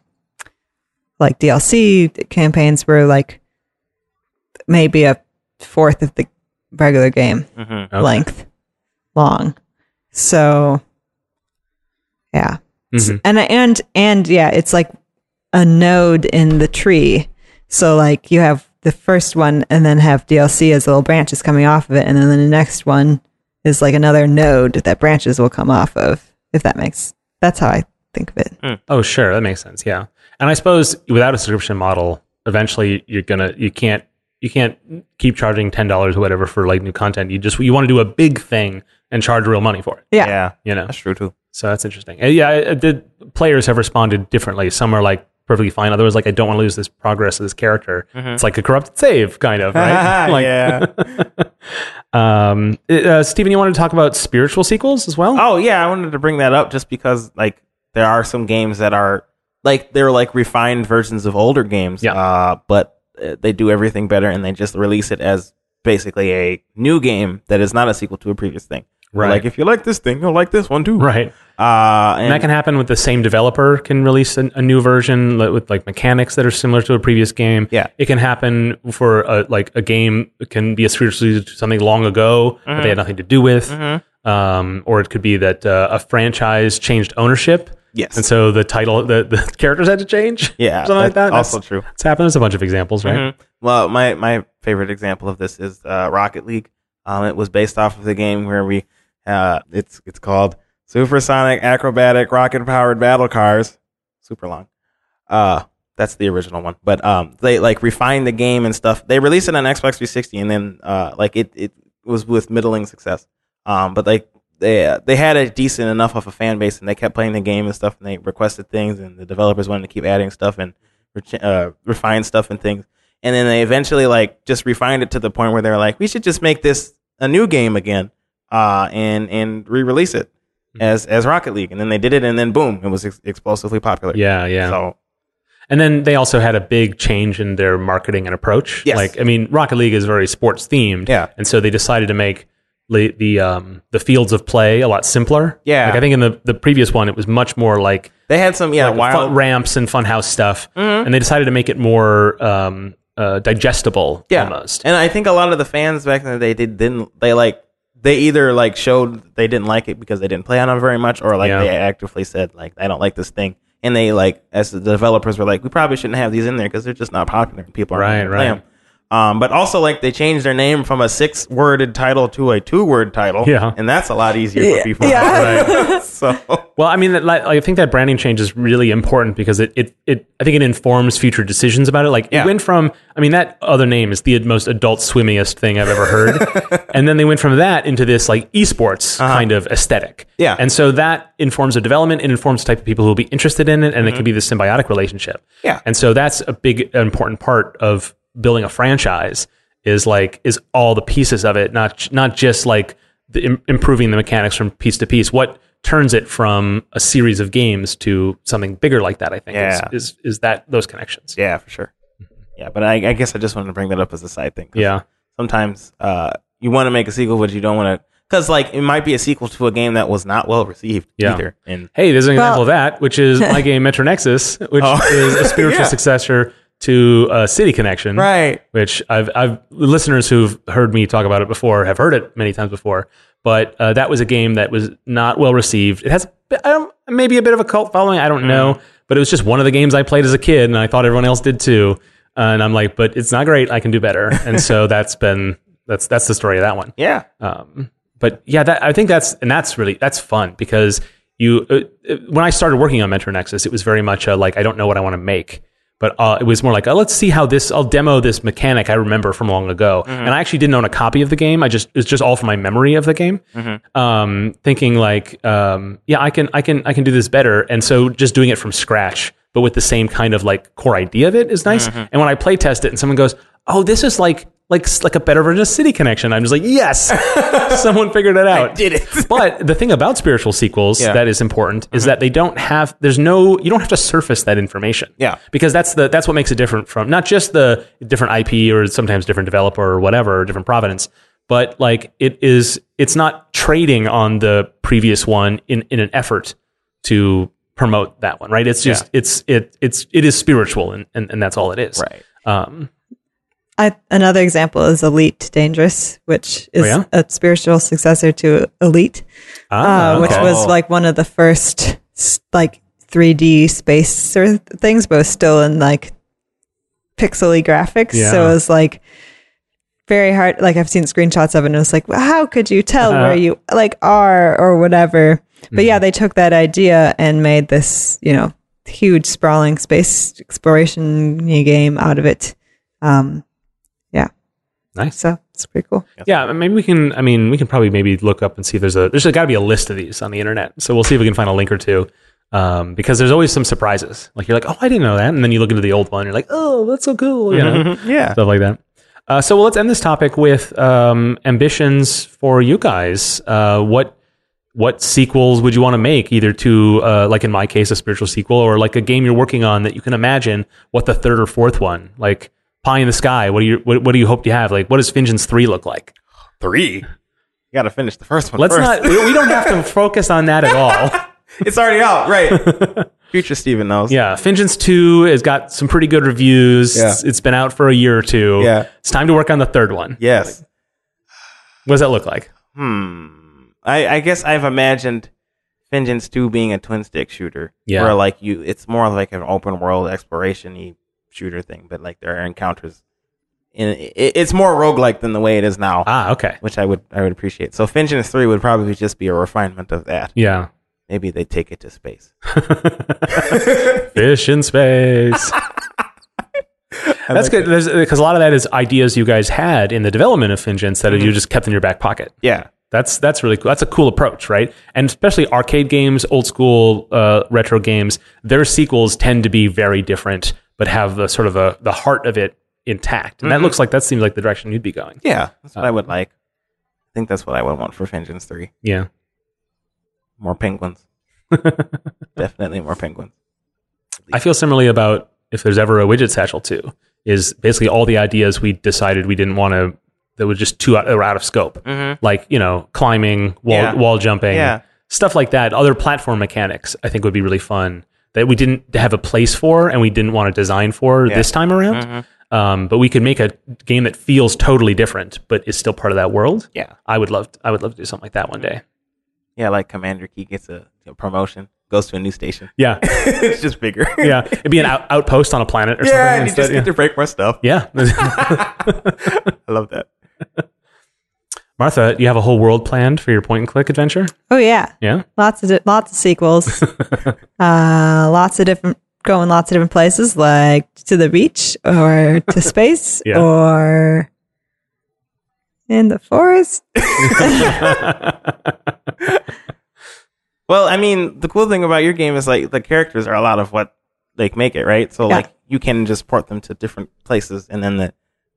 B: like DLC campaigns were like maybe a fourth of the regular game
A: hmm
C: Okay.
B: length long. So yeah. S-
C: Mhm.
B: And and and yeah, it's like a node in the tree. So like you have the first one and then have DLC as little branches coming off of it and then the next one is like another node that branches will come off of if that makes that's how I think of it.
C: Oh, sure, that makes sense. Yeah, and I suppose without a subscription model, eventually you're gonna you can't you can't keep charging ten dollars or whatever for like new content. You just you want to do a big thing and charge real money for it.
B: Yeah.
C: You know,
A: that's true too.
C: so that's interesting. Uh, yeah, I- I- the players have responded differently. Some are like perfectly fine. Others like I don't want to lose this progress of this character. It's like a corrupted save, kind of right. like,
A: Mm-hmm. yeah.
C: Um, uh, Stephen, you wanted to talk about spiritual sequels as well?
A: Oh yeah, I wanted to bring that up just because like there are some games that are like they're like refined versions of older games.
C: Yeah.
A: Uh, but uh, they do everything better, and they just release it as basically a new game that is not a sequel to a previous thing. They're
C: Right.
A: Like if you like this thing, you'll like this one too.
C: Right.
A: Uh, and,
C: And that can happen with the same developer can release an, a new version li- with like mechanics that are similar to a previous game.
A: Yeah.
C: It can happen for a, like a game it can be a spiritual sequel to something long ago that they
A: Mm-hmm.
C: had nothing to do with. Um, or it could be that uh, a franchise changed ownership.
A: Yes.
C: And so the title, the, the characters had to change.
A: yeah,
C: Something like that.
A: that's Also
C: That's-
A: true.
C: It's happened. There's a bunch of examples, right?
A: Mhm. Well, my my favorite example of this is uh, Rocket League. Um, it was based off of the game where we uh, it's it's called Supersonic Acrobatic Rocket Powered Battle Cars. Super long. Uh, that's the original one. But um, they like refined the game and stuff. They released it on Xbox 360, and then uh, like it it was with middling success. Um, but like they they had a decent enough of a fan base, and they kept playing the game and stuff, and they requested things, and the developers wanted to keep adding stuff and re- uh, refine stuff and things. And then they eventually like just refined it to the point where they were like, we should just make this a new game again, uh, and and re-release it
C: Mm-hmm.
A: as as Rocket League. And then they did it, and then boom, it was ex- explosively popular.
C: Yeah. Yeah.
A: So
C: And then they also had a big change in their marketing and approach.
A: Yes.
C: Like, I mean, Rocket League is very sports themed.
A: Yeah.
C: And so they decided to make the the um, the fields of play a lot simpler.
A: Yeah.
C: Like I think in the, the previous one, it was much more like
A: they had some yeah
C: fun
A: wild Mm-hmm.
C: ramps and funhouse stuff. And they decided to make it more um, uh, digestible
A: yeah.
C: almost.
A: And I think a lot of the fans back in the day did didn't they like they either like showed they didn't like it because they didn't play on it very much, or like
C: Yeah.
A: they actively said like I don't like this thing. And they like as the developers were like we probably shouldn't have these in there because they're just not popular. People aren't
C: Right,
A: gonna play
C: right.
A: 'em." Um, but also like they changed their name from a six worded title to a two word title.
C: Yeah.
A: and that's a lot easier for people.
B: Yeah.
A: so
C: Well, I mean, that, like, I think that branding change is really important because it, it, it I think it informs future decisions about it. Like
A: Yeah.
C: it went from, I mean, that other name is the most adult swimmingest thing I've ever heard, and then they went from that into this like esports kind of aesthetic.
A: Uh-huh. Yeah.
C: and so that informs the development, it informs the type of people who will be interested in it, and it can be this symbiotic relationship.
A: Mm-hmm. Yeah.
C: and so that's a big important part of building a franchise is like is all the pieces of it, not not just like the, im- improving the mechanics from piece to piece. What turns it from a series of games to something bigger like that? I think
A: Yeah.
C: is, is is that those connections.
A: yeah, for sure. Yeah, but I, I guess I just wanted to bring that up as a side thing. 'cause
C: Yeah.
A: sometimes uh, you want to make a sequel, but you don't want to because like it might be a sequel to a game that was not well received
C: Yeah.
A: either. And
C: Hey, there's an
B: Well-
C: example of that, which is my game Metro Nexus, which
A: Oh.
C: is a spiritual
A: Yeah.
C: successor to uh, City Connection,
A: right,
C: Which I've, I've listeners who've heard me talk about it before have heard it many times before. But uh, that was a game that was not well received. It has a bit- I don't- maybe a bit of a cult following. I don't know,
A: Mm-hmm.
C: but it was just one of the games I played as a kid, and I thought everyone else did too. and I'm like, but it's not great. I can do better. And so that's been that's that's the story of that one
A: yeah,
C: um, but yeah that, i think that's and that's really that's fun because you uh, uh, when i started working on mentor nexus it was very much a, like i don't know what i want to make but uh, it was more like oh, let's see how this i'll demo this mechanic i remember from long ago and i actually didn't own a copy of the game i just it's just all from my memory of the game um, thinking like um, yeah i can i can i can do this better and so just doing it from scratch but with the same kind of like core idea of it is nice
A: Mm-hmm.
C: and when i play test it and someone goes oh this is like like like a better version of city connection i'm just like yes someone figured it out
A: did it.
C: but the thing about spiritual sequels
A: Yeah. Mm-hmm.
C: that is important is that they don't have there's no you don't have to surface that information.
A: Yeah.
C: Because that's the that's what makes it different from not just the different IP or sometimes different developer or whatever, or different provenance, but like it is it's not trading on the previous one in in an effort to promote that one, right? It's just it's it it's it is spiritual and, and, and that's all it is.
A: right.
C: Um
B: I, another example is Elite Dangerous, which is
C: yeah?
B: a spiritual successor to Elite,
C: ah,
B: uh, which
C: okay.
B: was like one of the first s- like 3D space or th- things, but was still in like pixely graphics. So
C: Yeah.
B: it was like very hard. Like I've seen screenshots of it, and it was like, well, how could you tell
C: Uh-huh. Mm-hmm.
B: where you like are or whatever? But yeah, they took that idea and made this, you know, huge sprawling space exploration game out of it. Um,
C: nice.
B: so it's pretty cool.
C: Yeah, maybe we can. I mean, we can probably maybe look up and see if there's a. There's got to be a list of these on the internet. So we'll see if we can find a link or two, um, because there's always some surprises. Like you're like, oh, I didn't know that, and then you look into the old one, and you're like, oh, that's so cool, you know,
A: Yeah.
C: stuff like that. Uh, so well, let's end this topic with um, ambitions for you guys. Uh, what what sequels would you want to make, either to uh, like in my case, a spiritual sequel, or like a game you're working on that you can imagine what the third or fourth one like. Pie in the sky. What do you what, what do you hope you have? Like, what does Fingen's three look like?
A: Three. You got to finish the first one.
C: Let's
A: first.
C: not. We, we don't have to focus on that at all.
A: It's already out, right? Future Steven knows.
C: Yeah, Fingen's two has got some pretty good reviews.
A: Yeah.
C: It's- it's been out for a year or two.
A: Yeah.
C: it's time to work on the third one.
A: Yes.
C: What does that look like?
A: Hmm. I, I guess I've imagined Vengeance 2 being a twin stick shooter.
C: Yeah.
A: Where like you it's more like an open world exploration y shooter thing, but like there are encounters and it, it's more roguelike than the way it is now.
C: Ah, okay.
A: Which I would I would appreciate. So Vengeance Three would probably just be a refinement of that.
C: Yeah,
A: Maybe they take it to space.
C: fish in space. That's good because a lot of that is ideas you guys had in the development of Fingen's that you just kept in your back pocket.
A: Yeah,
C: That's that's really cool. That's a cool approach, right? And especially arcade games, old school uh, retro games, their sequels tend to be very different, but have the sort of a, the heart of it intact. And that looks like that seems like the direction you'd be going.
A: yeah. That's what I
C: Uh,
A: would like. I think that's what I would want for Vengeance Three.
C: Yeah.
A: More penguins. Definitely more penguins.
C: I feel similarly about if there's ever a widget satchel too. Is basically all the ideas we decided we didn't want to that were just too out, that were out of scope, like you know climbing, wall
A: Mm-hmm. Yeah.
C: wall jumping,
A: Yeah.
C: stuff like that. Other platform mechanics I think would be really fun that we didn't have a place for and we didn't want to design for this time around.
A: Mm-hmm.
C: Um, but we could make a game that feels totally different, but is still part of that world.
A: Yeah.
C: I would love. I would love to do something like that one day.
A: Yeah, like Commander Key gets a, a promotion, goes to a new station.
C: Yeah,
A: it's just bigger.
C: yeah. It'd be an out, outpost on a planet or
A: yeah,
C: something.
A: and you
C: instead,
A: just get to break more stuff.
C: yeah. yeah.
A: I love that.
C: Martha, you have a whole world planned for your point and click adventure?
B: Oh yeah,
C: Yeah.
B: lots of di- lots of sequels, uh, lots of different going lots of different places, like to the beach or to space
C: Yeah.
B: or in the forest.
A: Well, I mean, the cool thing about your game is like the characters are a lot of what like make it right. So
B: Yeah.
A: like you can just port them to different places, and then the,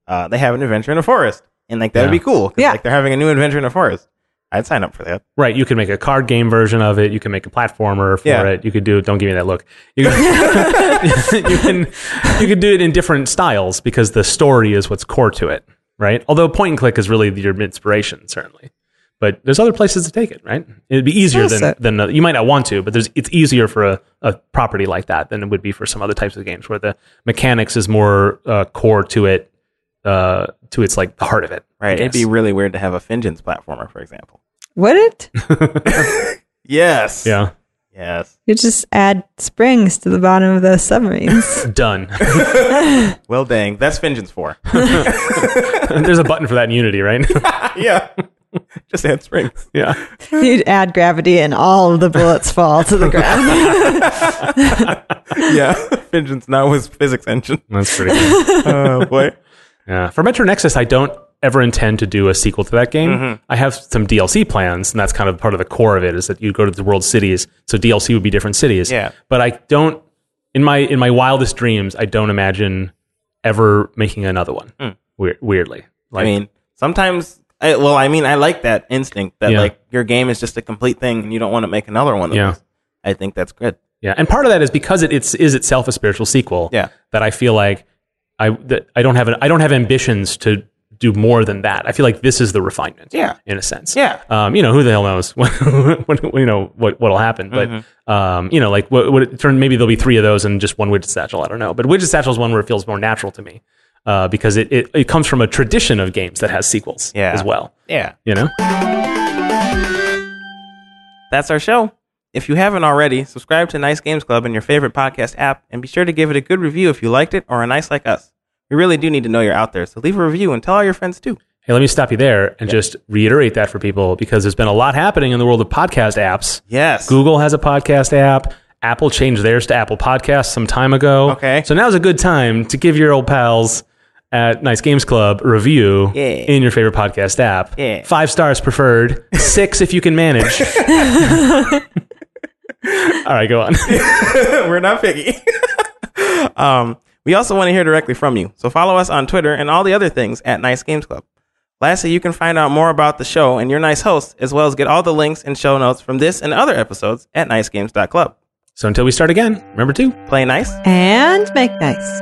A: uh, they have an adventure in a forest, and like that would be
C: Yeah.
A: cool. 'cause,
B: Yeah.
A: like they're having a new adventure in a forest. I'd sign up for that.
C: Right. You could make a card game version of it. You can make a platformer for
A: Yeah.
C: it. You could do don't give me that look. You, can- you can you could do it in different styles because the story is what's core to it. right? Although point and click is really your inspiration, certainly. But there's other places to take it, right? It'd be easier
B: Also-
C: than than uh, you might not want to, but there's it's easier for a, a property like that than it would be for some other types of games where the mechanics is more uh, core to it, uh, to its like the heart of it. I
A: Right. It'd be
C: guess.
A: really weird to have a Finjin's platformer, for example.
B: Would it?
A: Yes.
C: yeah
A: Yes.
B: You just add springs to the bottom of those submarines.
C: done.
A: Well, dang. That's Finjin's for.
C: there's a button for that in Unity, right?
A: yeah. Just add springs.
C: yeah.
B: You'd add gravity, and all of the bullets fall to the ground.
A: Yeah. Finjin's now his physics engine.
C: That's pretty good.
A: Oh, boy.
C: Yeah. For Metro Nexus, I don't ever intend to do a sequel to that game. I have some DLC plans, and that's kind of part of the core of it is that you go to the world cities. So DLC would be different cities.
A: Yeah.
C: But I don't in my in my wildest dreams, I don't imagine ever making another one. Weir- weirdly.
A: I
C: Like
A: mean, sometimes. I, well, I mean, I like that instinct that
C: Yeah.
A: like your game is just a complete thing, and you don't want to make another one. Of
C: Yeah.
A: those. I think that's good.
C: Yeah, and part of that is because it, it's is itself a spiritual sequel.
A: Yeah.
C: that I feel like I that I don't have an, I don't have ambitions to do more than that. I feel like this is the refinement.
A: Yeah.
C: in a sense.
A: Yeah.
C: um, you know who the hell knows what, what you know what what'll happen, but
A: Mm-hmm.
C: um, you know like what, what it turned maybe there'll be three of those and just one widget satchel. I don't know, but widget satchel is one where it feels more natural to me uh, because it, it it comes from a tradition of games that has sequels
A: Yeah.
C: as well.
A: Yeah.
C: You know,
A: That's our show. If you haven't already, subscribe to Nice Games Club in your favorite podcast app and be sure to give it a good review if you liked it or are nice like us. We really do need to know you're out there, so leave a review and tell all your friends too.
C: Hey, let me stop you there and just reiterate that for people because there's been a lot happening in the world of podcast apps.
A: Yes.
C: Google has a podcast app. Apple changed theirs to Apple Podcasts some time ago.
A: Okay.
C: So now's a good time to give your old pals at Nice Games Club a review
A: Yeah.
C: in your favorite podcast app.
A: Yeah.
C: Five stars preferred, six if you can manage. All right, go on.
A: We're not picky. um, we also want to hear directly from you, so follow us on Twitter and all the other things at Nice Games Club. Lastly, you can find out more about the show and your nice host, as well as get all the links and show notes from this and other episodes at nicegames.club.
C: So until we start again, remember to
A: Play nice.
B: and make nice.